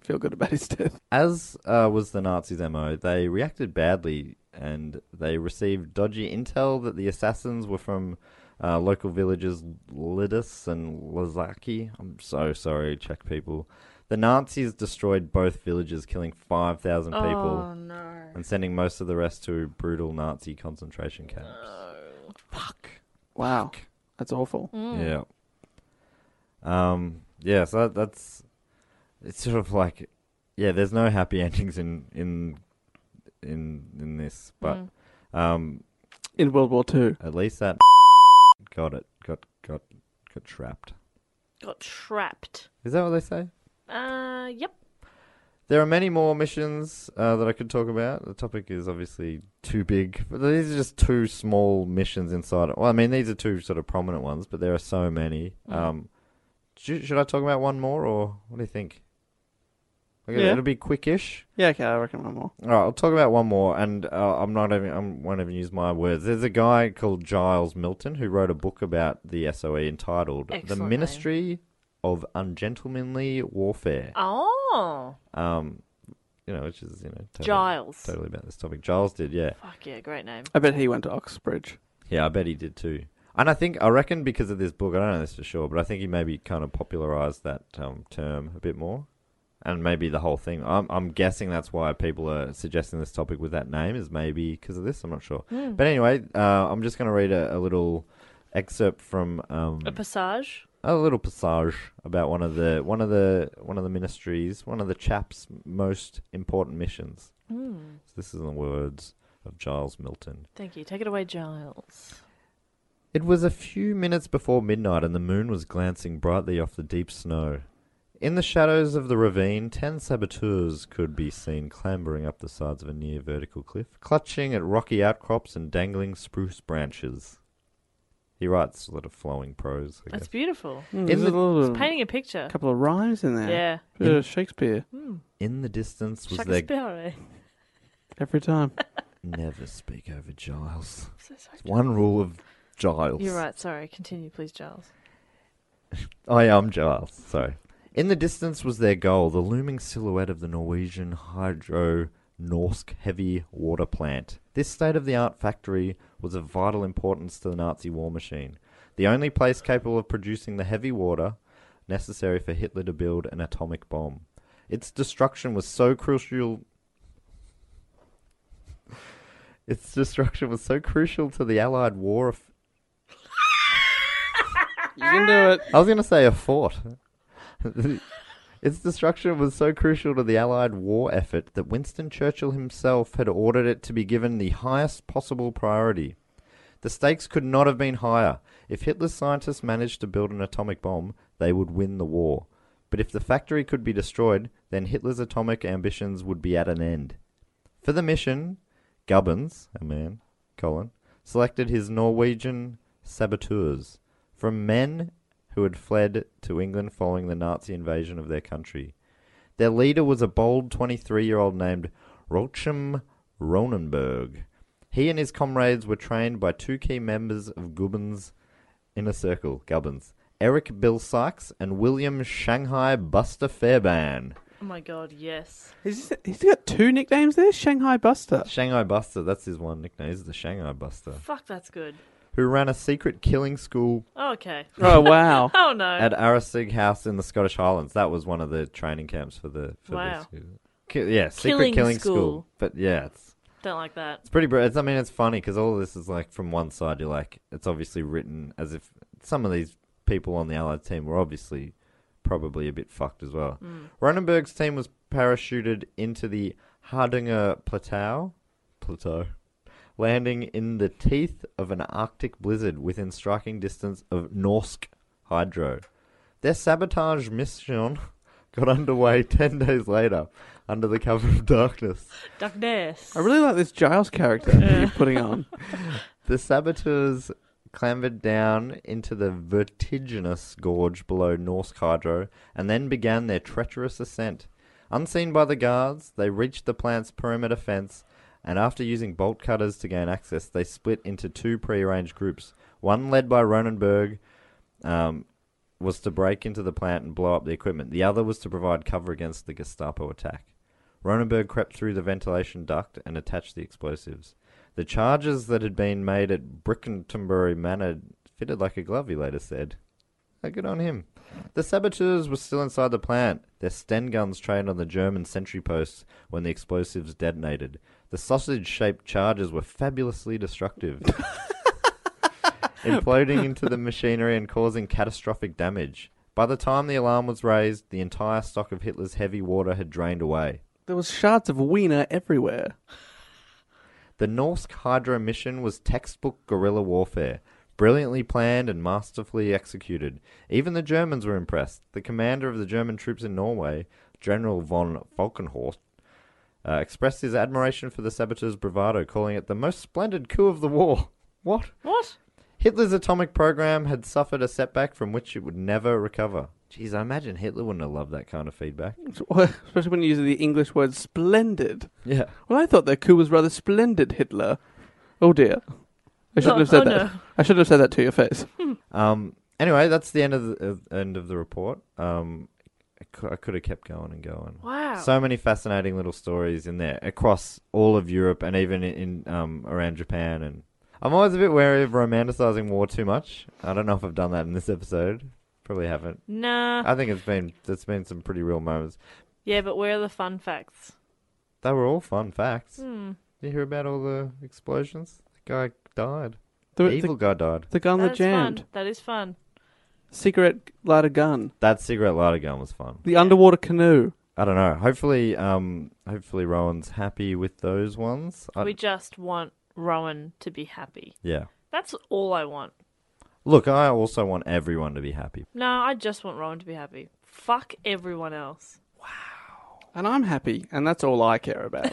Speaker 4: feel good about his death.
Speaker 5: As uh, was the Nazis' MO, they reacted badly and they received dodgy intel that the assassins were from uh, local villages Lidus and Lazaki. I'm so sorry, Czech people. The Nazis destroyed both villages, killing 5,000 people
Speaker 6: Oh no.
Speaker 5: and sending most of the rest to brutal Nazi concentration camps.
Speaker 4: Wow, that's awful.
Speaker 5: Yeah. Um. Yeah. So that, that's it's sort of like yeah. There's no happy endings in in in in this,
Speaker 6: Mm.
Speaker 5: but um.
Speaker 4: In World War Two,
Speaker 5: At least that got it. Got got got trapped.
Speaker 6: Got trapped.
Speaker 5: Is that what they say?
Speaker 6: Uh, yep.
Speaker 5: There are many more missions uh, that I could talk about. The topic is obviously too big, but these are just two small missions inside. Well, I mean, these are two sort of prominent ones, but there are so many.
Speaker 6: Mm.
Speaker 5: Um, should, should I talk about one more, or what do you think? Okay,
Speaker 4: Yeah.
Speaker 5: It'll be quickish.
Speaker 4: Yeah, okay, I reckon one more.
Speaker 5: All right, I'll talk about one more, and uh, I'm not even I won't even use my words. There's a guy called Giles Milton who wrote a book about the SOE entitled
Speaker 6: Excellent
Speaker 5: "The
Speaker 6: name.
Speaker 5: Ministry of Ungentlemanly Warfare."
Speaker 6: Oh,
Speaker 5: Um, you know, which is you know totally,
Speaker 6: Giles.
Speaker 5: totally about this topic. Giles did, yeah,
Speaker 6: fuck yeah, great name.
Speaker 4: I bet he went to Oxbridge.
Speaker 5: yeah. I bet he did too. And I think I reckon because of this book, I don't know this for sure, but I think he maybe kind of popularized that um, term a bit more, and maybe the whole thing. I'm I'm guessing that's why people are suggesting this topic with that name is maybe because of this. I'm not sure,
Speaker 6: Hmm.
Speaker 5: but anyway, uh, I'm just going to read a, a little excerpt from um,
Speaker 6: A passage.
Speaker 5: a little passage about one of the one of the one of the ministries, one of the chap's most important missions.
Speaker 6: Hmm.
Speaker 5: So this is in the words of Giles Milton.
Speaker 6: Thank you. Take it away, Giles.
Speaker 5: It was a few minutes before midnight, and the moon was glancing brightly off the deep snow. In the shadows of the ravine, ten saboteurs could be seen clambering up the sides of a near vertical cliff, clutching at rocky outcrops and dangling spruce branches. He writes a lot of flowing prose. I guess.
Speaker 6: That's beautiful.
Speaker 4: Mm,
Speaker 5: In
Speaker 4: there's
Speaker 5: the-
Speaker 4: a little-
Speaker 6: It's painting a picture.
Speaker 4: couple of rhymes in there.
Speaker 6: Yeah.
Speaker 4: Bit of Shakespeare.
Speaker 5: In the distance was their
Speaker 6: Shakespeare.
Speaker 4: Every time.
Speaker 5: Never speak over Giles.
Speaker 6: so sorry,
Speaker 5: It's one rule of Giles.
Speaker 6: You're right. Sorry. Continue, please, Giles.
Speaker 5: I am Giles. Sorry. In the distance was their goal, the looming silhouette of the Norwegian Hydro Norsk heavy water plant. This state of the art factory was of vital importance to the Nazi war machine, the only place capable of producing the heavy water necessary for Hitler to build an atomic bomb. Its destruction was so crucial Its destruction was so crucial to the Allied war. Of...
Speaker 4: You can do it.
Speaker 5: I was going to say a fort. its destruction was so crucial to the Allied war effort that Winston Churchill himself had ordered it to be given the highest possible priority. The stakes could not have been higher. If Hitler's scientists managed to build an atomic bomb, they would win the war. But if the factory could be destroyed, then Hitler's atomic ambitions would be at an end. For the mission, Gubbins, a man, Colin, selected his Norwegian saboteurs from men who had fled to England following the Nazi invasion of their country. Their leader was a bold 23 year old named Rocham Ronenberg. He and his comrades were trained by two key members of Gubbins' inner circle, Gubbins, Eric Bill Sykes and William Shanghai Buster Fairbairn.
Speaker 6: Oh my God. Yes.
Speaker 4: Is this, he's got two nicknames there Shanghai Buster.
Speaker 5: Shanghai Buster, that's his one nickname, he's the Shanghai Buster,
Speaker 6: Fuck. That's good.
Speaker 5: who ran a secret killing school
Speaker 6: Oh, okay.
Speaker 4: Oh, wow.
Speaker 6: oh no.
Speaker 5: at Arasig House in the Scottish Highlands. That was one of the training camps for the for
Speaker 6: Wow.
Speaker 5: this. Ki- yeah, secret
Speaker 6: Killing
Speaker 5: killing, school.
Speaker 6: school.
Speaker 5: But yeah, it's
Speaker 6: Don't like that.
Speaker 5: it's pretty. Br- it's, I mean, it's funny because all of this is like from one side. You're like, it's obviously written as if some of these people on the Allied team were obviously probably a bit fucked as well. Ronenberg's team was parachuted into the Hardinger Plateau, plateau, landing in the teeth of an Arctic blizzard within striking distance of Norsk Hydro. Their sabotage mission got underway 10 days later under the cover of darkness.
Speaker 6: Darkness.
Speaker 4: I really like this Giles character that you're putting on.
Speaker 5: The saboteurs clambered down into the vertiginous gorge below Norsk Hydro and then began their treacherous ascent. Unseen by the guards, they reached the plant's perimeter fence, and after using bolt cutters to gain access, they split into two prearranged groups. One led by Ronenberg um, was to break into the plant and blow up the equipment, the other was to provide cover against the Gestapo attack. Ronenberg crept through the ventilation duct and attached the explosives. The charges that had been made at Brickentonbury Manor fitted like a glove, he later said. Oh, good on him. The saboteurs were still inside the plant, their Sten guns trained on the German sentry posts when the explosives detonated. The sausage shaped charges were fabulously destructive, imploding into the machinery and causing catastrophic damage. By the time the alarm was raised, the entire stock of Hitler's heavy water had drained away.
Speaker 4: There was shards of wiener everywhere.
Speaker 5: The Norsk Hydro mission was textbook guerrilla warfare, brilliantly planned and masterfully executed. Even the Germans were impressed. The commander of the German troops in Norway, General von Falkenhorst, uh, expressed his admiration for the saboteurs' bravado, calling it the most splendid coup of the war. What?
Speaker 6: What?
Speaker 5: Hitler's atomic program had suffered a setback from which it would never recover. Jeez, I imagine Hitler wouldn't have loved that kind of feedback.
Speaker 4: Especially when you use the English word splendid.
Speaker 5: Yeah.
Speaker 4: Well, I thought their coup was rather splendid, Hitler. Oh dear. I shouldn't
Speaker 6: Oh,
Speaker 4: have said
Speaker 6: oh,
Speaker 4: that.
Speaker 6: no.
Speaker 4: I shouldn't have said that to your face.
Speaker 5: Um. Anyway, that's the end of the of, end of the report. Um, I cou- I could have kept going and going.
Speaker 6: Wow.
Speaker 5: So many fascinating little stories in there across all of Europe and even in um around Japan. And I'm always a bit wary of romanticizing war too much. I don't know if I've done that in this episode. Probably haven't.
Speaker 6: Nah.
Speaker 5: I think it's been there's been some pretty real moments.
Speaker 6: Yeah, but where are the fun facts?
Speaker 5: They were all fun facts.
Speaker 6: Hmm.
Speaker 5: Did you hear about all the explosions? The guy died.
Speaker 4: The-
Speaker 5: The,
Speaker 4: the-
Speaker 5: evil guy died.
Speaker 4: The gun that
Speaker 6: That's
Speaker 4: jammed.
Speaker 6: fun. That is fun.
Speaker 4: Cigarette lighter gun.
Speaker 5: That cigarette lighter gun was fun.
Speaker 4: The underwater canoe.
Speaker 5: I don't know. Hopefully, um, hopefully Rowan's happy with those ones. I,
Speaker 6: We just want Rowan to be happy.
Speaker 5: yeah.
Speaker 6: That's all I want.
Speaker 5: Look, I also want everyone to be happy.
Speaker 6: No, I just want Rowan to be happy. Fuck everyone else.
Speaker 4: And I'm happy, and that's all I care about.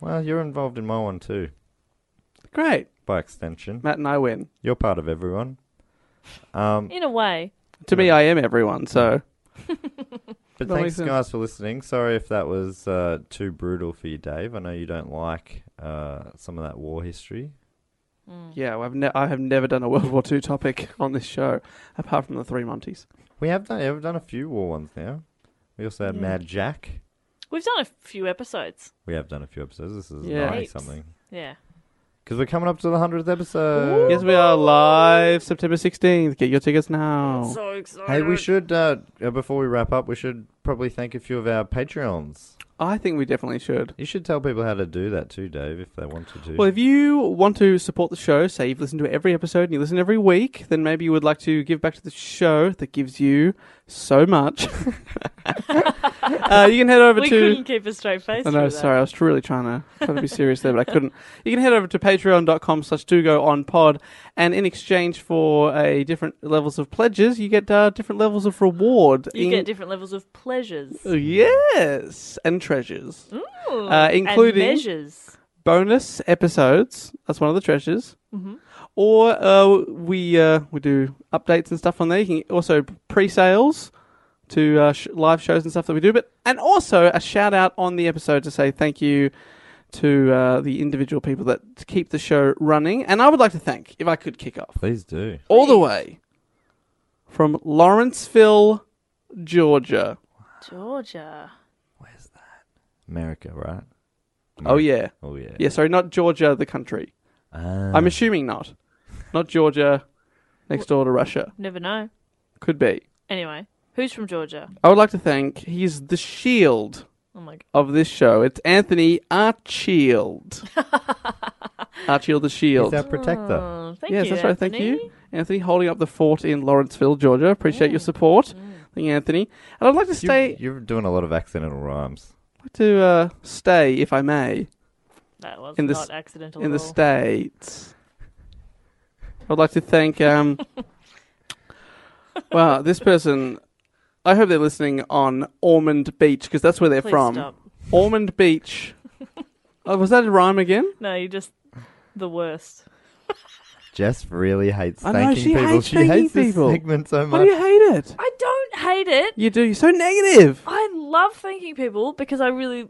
Speaker 5: Well, you're involved in my one too,
Speaker 4: Great.
Speaker 5: by extension.
Speaker 4: Matt and I win.
Speaker 5: You're part of everyone. Um,
Speaker 6: In a way.
Speaker 4: To me, I am everyone, so.
Speaker 5: but
Speaker 4: That makes
Speaker 5: thanks,
Speaker 4: sense.
Speaker 5: guys, for listening. Sorry if that was uh, too brutal for you, Dave. I know you don't like uh, some of that war history.
Speaker 6: Mm.
Speaker 4: Yeah, well, I've ne- I have never done a World War II topic on this show, apart from the three Monties.
Speaker 5: We have done, we've done a few war ones now. We also had Mad Jack.
Speaker 6: We've done a few episodes.
Speaker 5: We have done a few episodes. This is
Speaker 4: Yeah.
Speaker 5: ninety
Speaker 6: Heaps.
Speaker 5: something
Speaker 6: Yeah.
Speaker 5: because we're coming up to the hundredth episode.
Speaker 4: Yes, we are live September 16th. Get your tickets now.
Speaker 6: So excited.
Speaker 5: Hey, we should uh, uh, before we wrap up, we should probably thank a few of our Patreons.
Speaker 4: I think we definitely should.
Speaker 5: You should tell people how to do that too, Dave, if they wanted to.
Speaker 4: Well, if you want to support the show, say you've listened to every episode and you listen every week, then maybe you would like to give back to the show that gives you so much. uh, you can head over
Speaker 6: We
Speaker 4: to.
Speaker 6: couldn't keep a straight face.
Speaker 4: I know,
Speaker 6: through
Speaker 4: sorry, I was really trying to, trying to be serious there, but I couldn't. You can head over to patreon.com slash do go on pod, and in exchange for a different levels of pledges, you get uh, different levels of reward.
Speaker 6: That. You
Speaker 4: in- Oh,
Speaker 6: get different levels of pleasures.
Speaker 4: Yes, and treasures.
Speaker 6: Ooh,
Speaker 4: Uh, including-
Speaker 6: and measures.
Speaker 4: bonus episodes. That's one of the treasures. Or uh, we uh, we do updates and stuff on there. You can also pre-sales to uh, sh- live shows and stuff that we do. But and also a shout out on the episode to say thank you to uh, the individual people that keep the show running. And I would like to thank, if I could kick off,
Speaker 5: Please do.
Speaker 4: all the way from Lawrenceville, Georgia.
Speaker 6: Georgia.
Speaker 5: America, right?
Speaker 4: Oh yeah,
Speaker 5: Oh, yeah.
Speaker 4: yeah. Sorry, not Georgia, the country.
Speaker 5: Ah.
Speaker 4: I'm assuming not. Not Georgia, next door to Russia.
Speaker 6: Never know.
Speaker 4: Could be.
Speaker 6: Anyway, who's from Georgia?
Speaker 4: I would like to thank, he's the shield
Speaker 6: Oh my god.
Speaker 4: of this show. It's Anthony Archield. Archield the
Speaker 5: He's
Speaker 4: shield.
Speaker 5: our protector.
Speaker 6: Oh, thank
Speaker 4: yes,
Speaker 6: you.
Speaker 4: that's right. Thank
Speaker 6: Anthony.
Speaker 4: you. Anthony holding up the fort in Lawrenceville, Georgia. Appreciate your support. Thank you, Anthony. And I'd like to stay,
Speaker 5: You, are doing a lot of accidental rhymes.
Speaker 4: like to uh, stay, if I may,
Speaker 6: That was
Speaker 4: In the
Speaker 6: not
Speaker 4: s-
Speaker 6: accidental.
Speaker 4: in
Speaker 6: at
Speaker 4: the
Speaker 6: all.
Speaker 4: States. I'd like to thank. Um, wow, this person. I hope they're listening on Ormond Beach because that's where they're
Speaker 6: Please
Speaker 4: from.
Speaker 6: stop.
Speaker 4: Ormond Beach. oh, was that a rhyme again?
Speaker 6: No, you just the worst.
Speaker 5: Jess really hates
Speaker 4: I know,
Speaker 5: thanking
Speaker 4: she
Speaker 5: people.
Speaker 4: hates
Speaker 5: she
Speaker 4: thanking
Speaker 5: hates this
Speaker 4: people.
Speaker 5: segment so
Speaker 4: Why
Speaker 5: much.
Speaker 4: do you hate it?
Speaker 6: I don't hate it.
Speaker 4: You do. You're so negative.
Speaker 6: I love thanking people because I really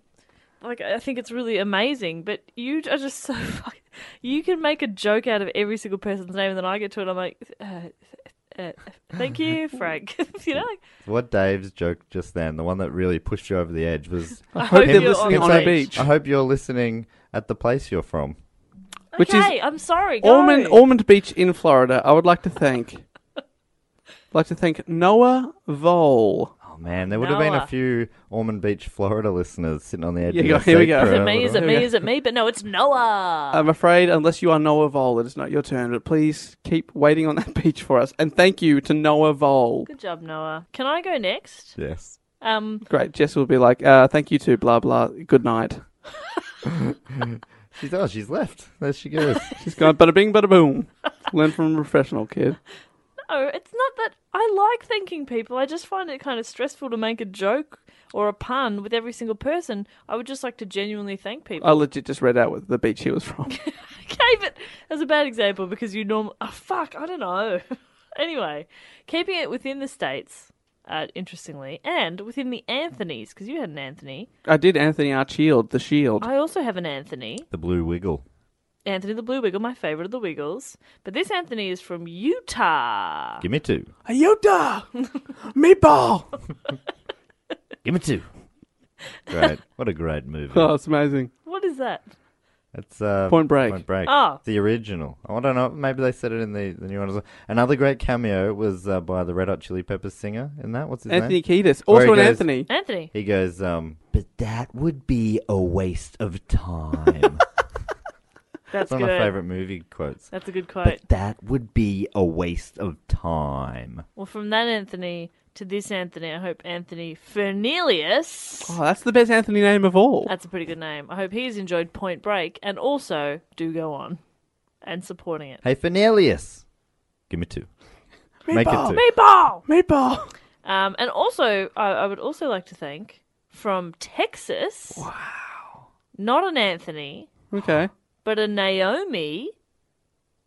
Speaker 6: like I think it's really amazing, but you are just so fucking, you can make a joke out of every single person's name and then I get to it I'm like uh, uh, thank you, Frank. you know? like,
Speaker 5: What Dave's joke just then, the one that really pushed you over the edge, was.
Speaker 6: I hope
Speaker 4: they're
Speaker 6: you're
Speaker 4: listening
Speaker 6: on
Speaker 4: on
Speaker 6: the
Speaker 4: a beach.
Speaker 5: I hope you're listening at the place you're from.
Speaker 4: Which is-
Speaker 6: okay, I'm sorry. Go.
Speaker 4: Ormond Ormond Beach in Florida. I would like to thank. I'd like to thank Noah Vole.
Speaker 5: Oh man, there would have been
Speaker 6: Noah.
Speaker 5: a few Ormond Beach, Florida listeners sitting on the edge
Speaker 4: uh, Yeah,
Speaker 5: of
Speaker 4: here
Speaker 5: their
Speaker 4: we
Speaker 5: seat
Speaker 4: go.
Speaker 5: for
Speaker 4: Is it
Speaker 5: a
Speaker 6: me, is
Speaker 5: little-
Speaker 6: it me, is it me? But no, it's Noah.
Speaker 4: I'm afraid, unless you are Noah Vole, it is not your turn. But please keep waiting on that beach for us. And thank you to Noah Vole.
Speaker 6: Good job, Noah. Can I go next?
Speaker 5: Yes.
Speaker 6: Um
Speaker 4: Great. Jess will be like, uh, thank you to blah blah. Good night.
Speaker 5: She's oh, she's left. There she goes.
Speaker 4: She's gone. Bada bing, bada boom. Learn from a professional kid.
Speaker 6: Oh, no, it's not that I like thanking people. I just find it kind of stressful to make a joke or a pun with every single person, I would just like to genuinely thank people.
Speaker 4: I legit just read out what the beach he was from.
Speaker 6: okay, but that's a bad example because you norm. Oh, fuck, I don't know. anyway, keeping it within the states, uh, interestingly, and within the Anthony's because you had an Anthony.
Speaker 4: I did Anthony Archield, The Shield.
Speaker 6: I also have an Anthony.
Speaker 2: The Blue Wiggle.
Speaker 6: Anthony the Blue Wiggle, my favorite of the Wiggles. But this Anthony is from Utah.
Speaker 2: Give me two.
Speaker 4: Utah! Meatball!
Speaker 2: Give me two.
Speaker 5: Great. What a great movie.
Speaker 4: Oh, it's amazing.
Speaker 6: What is that?
Speaker 5: That's uh,
Speaker 4: Point Break.
Speaker 5: Point Break.
Speaker 6: Oh.
Speaker 5: The original. I don't know. Maybe they said it in the, the new one as well. Another great cameo was uh, by the Red Hot Chili Peppers singer in that. What's his
Speaker 4: Anthony
Speaker 5: name?
Speaker 4: Kiedis.
Speaker 5: Where he
Speaker 4: Also an
Speaker 5: goes-
Speaker 4: Anthony.
Speaker 6: Anthony.
Speaker 5: He goes, um, but that would be a waste of time.
Speaker 6: That's
Speaker 5: it's one
Speaker 6: good.
Speaker 5: of my favorite movie quotes.
Speaker 6: That's a good quote.
Speaker 5: But that would be a waste of time.
Speaker 6: Well, from that Anthony to this Anthony, I hope Anthony Fernelius.
Speaker 4: Oh, that's the best Anthony name of all.
Speaker 6: That's a pretty good name. I hope he's enjoyed Point Break and also do go on and supporting it.
Speaker 5: Hey, Fernelius. Give me two. Make it two.
Speaker 6: Meatball!
Speaker 4: Meatball!
Speaker 6: Um, and also, I, I would also like to thank from Texas. Wow. Not an Anthony,
Speaker 4: Okay.
Speaker 5: Uh,
Speaker 6: but a Naomi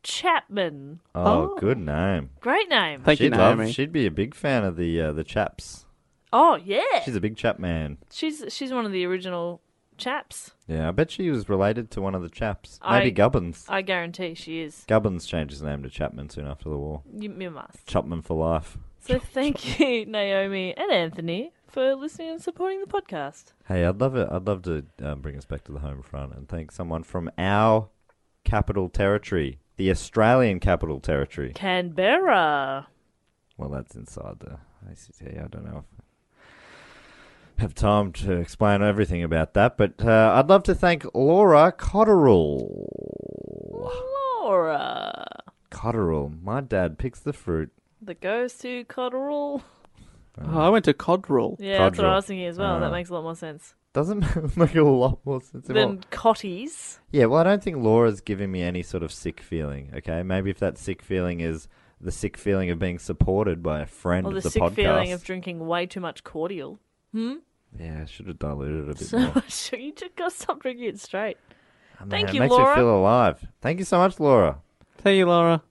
Speaker 6: Chapman.
Speaker 5: Oh, good name.
Speaker 6: Great name.
Speaker 4: Thank you,
Speaker 5: she'd love-
Speaker 4: Naomi.
Speaker 5: she'd be a big fan of the uh, the chaps.
Speaker 6: Oh, yeah.
Speaker 5: She's a big chap man.
Speaker 6: She's, she's one of the original chaps.
Speaker 5: Yeah, I bet she was related to one of the chaps.
Speaker 6: I-
Speaker 5: Maybe Gubbins.
Speaker 6: I guarantee she is.
Speaker 5: Gubbins changed his name to Chapman soon after the war.
Speaker 6: You, you must.
Speaker 5: Chapman for life.
Speaker 6: So thank you, Naomi and Anthony, for listening and supporting the podcast.
Speaker 5: Hey, I'd love it. I'd love to um, bring us back to the home front and thank someone from our capital territory, the Australian capital territory.
Speaker 6: Canberra.
Speaker 5: Well, that's inside the ACT. I don't know if I have time to explain everything about that, but uh, I'd love to thank Laura Cotterill.
Speaker 6: Laura.
Speaker 5: Cotterill. My dad picks the fruit. Uh,
Speaker 6: The goes to Cotterill.
Speaker 4: Oh, I went to Codrell.
Speaker 6: Yeah, that's what I
Speaker 5: Codrill.
Speaker 6: was thinking as well.
Speaker 5: Ah.
Speaker 6: that makes a lot more sense.
Speaker 5: Doesn't make a lot more sense. at all.
Speaker 6: Then Cotties.
Speaker 5: Yeah, well, I don't think Laura's giving me any sort of sick feeling. Okay, maybe if that sick feeling is the sick feeling of being supported by a friend
Speaker 6: Or
Speaker 5: of
Speaker 6: the,
Speaker 5: the,
Speaker 6: sick
Speaker 5: podcast.
Speaker 6: feeling of drinking way too much cordial. Hmm?
Speaker 5: yeah, I should have diluted it a bit
Speaker 6: So
Speaker 5: more.
Speaker 6: much. You just got to stop drinking it straight.
Speaker 5: Oh, man,
Speaker 6: Thank
Speaker 5: it
Speaker 6: you,
Speaker 5: makes
Speaker 6: Laura.
Speaker 5: me feel alive. Thank you so much, Laura.
Speaker 4: Thank you, Laura.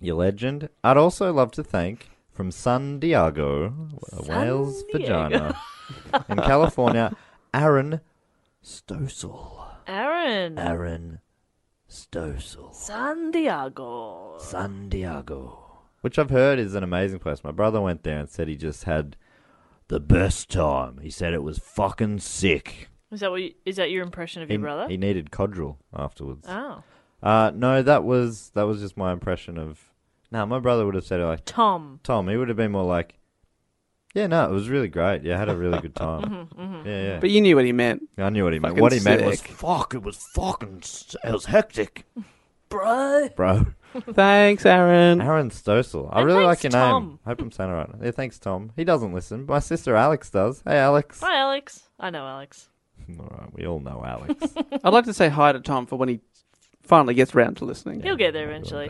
Speaker 5: You legend. I'd also love to thank from San Diego, a whale's
Speaker 6: Diego.
Speaker 5: vagina, in California, Aaron Stosel.
Speaker 6: Aaron.
Speaker 5: Aaron Stosel.
Speaker 6: San Diego.
Speaker 5: San Diego. Which I've heard is an amazing place. My brother went there and said he just had the best time. He said it was fucking sick.
Speaker 6: Is that, what you, is that your impression of
Speaker 5: He,
Speaker 6: your brother?
Speaker 5: he needed codril afterwards.
Speaker 6: oh.
Speaker 5: Uh, no, that was that was just my impression of. Now my brother would have said like
Speaker 6: Tom.
Speaker 5: Tom. He would have been more like, yeah, no, it was really great. Yeah, I had a really good time.
Speaker 6: Mm-hmm,
Speaker 5: Yeah, yeah.
Speaker 4: But you knew what he meant.
Speaker 5: I knew what he meant.
Speaker 4: Fucking
Speaker 5: What he meant was
Speaker 4: sick.
Speaker 5: fuck. It was fucking. s- It was hectic,
Speaker 6: Bro.
Speaker 5: bro.
Speaker 4: Thanks, Aaron.
Speaker 5: Aaron Stosel. I really like
Speaker 6: thanks,
Speaker 5: your
Speaker 6: Tom.
Speaker 5: name. I hope I'm saying it right. Yeah, thanks, Tom. He doesn't listen. but My sister Alex does. Hey, Alex.
Speaker 6: Hi, Alex. I know Alex.
Speaker 5: All right, we all know Alex.
Speaker 4: I'd like to say hi to Tom for when he finally gets round to listening.
Speaker 6: He'll get there eventually.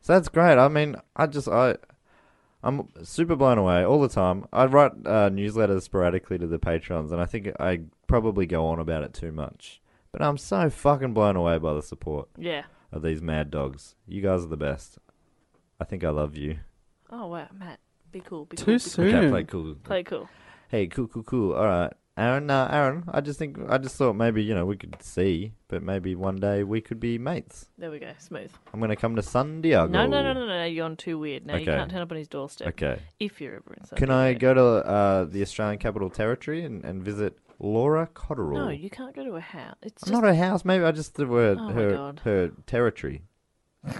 Speaker 5: so that's great. I mean, I just I. I'm super blown away all the time. I write uh, newsletters sporadically to the patrons, and I think I probably go on about it too much. But I'm so fucking blown away by the support
Speaker 6: Yeah.
Speaker 5: of these mad dogs. You guys are the best. I think I love you.
Speaker 6: Oh wow, Matt, be cool. Be
Speaker 4: Too
Speaker 6: cool, be
Speaker 4: soon.
Speaker 5: Okay, play cool.
Speaker 6: Cool. Play cool.
Speaker 5: Hey, cool, cool, cool. All right, Aaron. Uh, Aaron, I just think I just thought maybe you know we could see, but maybe one day we could be mates.
Speaker 6: There we go. Smooth.
Speaker 5: I'm gonna come to San Diego.
Speaker 6: No, no, no, no, no. You're on too weird. Now you
Speaker 5: Okay.
Speaker 6: can't turn up on his doorstep.
Speaker 5: Okay.
Speaker 6: If you're ever in San
Speaker 5: Can I go
Speaker 6: Diego.
Speaker 5: to uh, the Australian Capital Territory and, and visit Laura Cotterill?
Speaker 6: No, you can't go to a house. It's
Speaker 5: I'm
Speaker 6: just.
Speaker 5: not her house. Maybe I just the word
Speaker 6: Oh my
Speaker 5: her
Speaker 6: God.
Speaker 5: her territory.
Speaker 6: And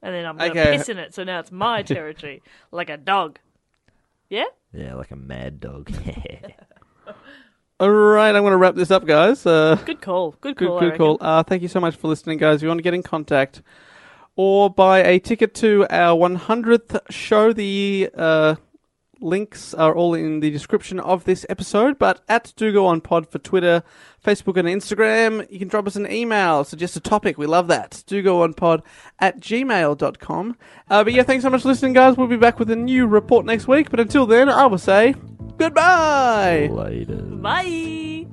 Speaker 6: then I'm gonna
Speaker 4: Okay.
Speaker 6: piss in it. So now it's my territory, like a dog. Yeah.
Speaker 5: Yeah, like a mad dog.
Speaker 4: All right, I'm going to wrap this up, guys. Uh,
Speaker 6: Good call. Good
Speaker 4: good,
Speaker 6: call. I
Speaker 4: good
Speaker 6: reckon.
Speaker 4: call. Uh, thank you so much for listening, guys. If you want to get in contact or buy a ticket to our 100th show, the uh, links are all in the description of this episode. But at Do Go On Pod for Twitter, Facebook, and Instagram, you can drop us an email, suggest a topic. We love that. Do Go On Pod at gmail.com. Uh, but yeah, thanks so much for listening, guys. We'll be back with a new report next week. But until then, I will say Goodbye.
Speaker 8: Later.
Speaker 6: Bye.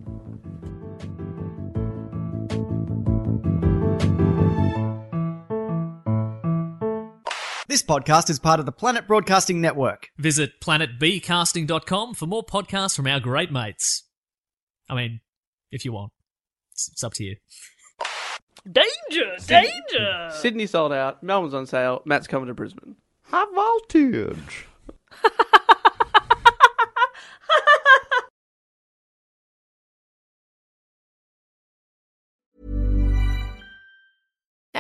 Speaker 2: This podcast is part of the Planet Broadcasting Network.
Speaker 3: Visit planetbcasting.com for more podcasts from our great mates. I mean, if you want, it's, it's up to you.
Speaker 6: Danger, danger.
Speaker 4: Sydney sold out. Melbourne's on sale. Matt's coming to Brisbane.
Speaker 5: High voltage.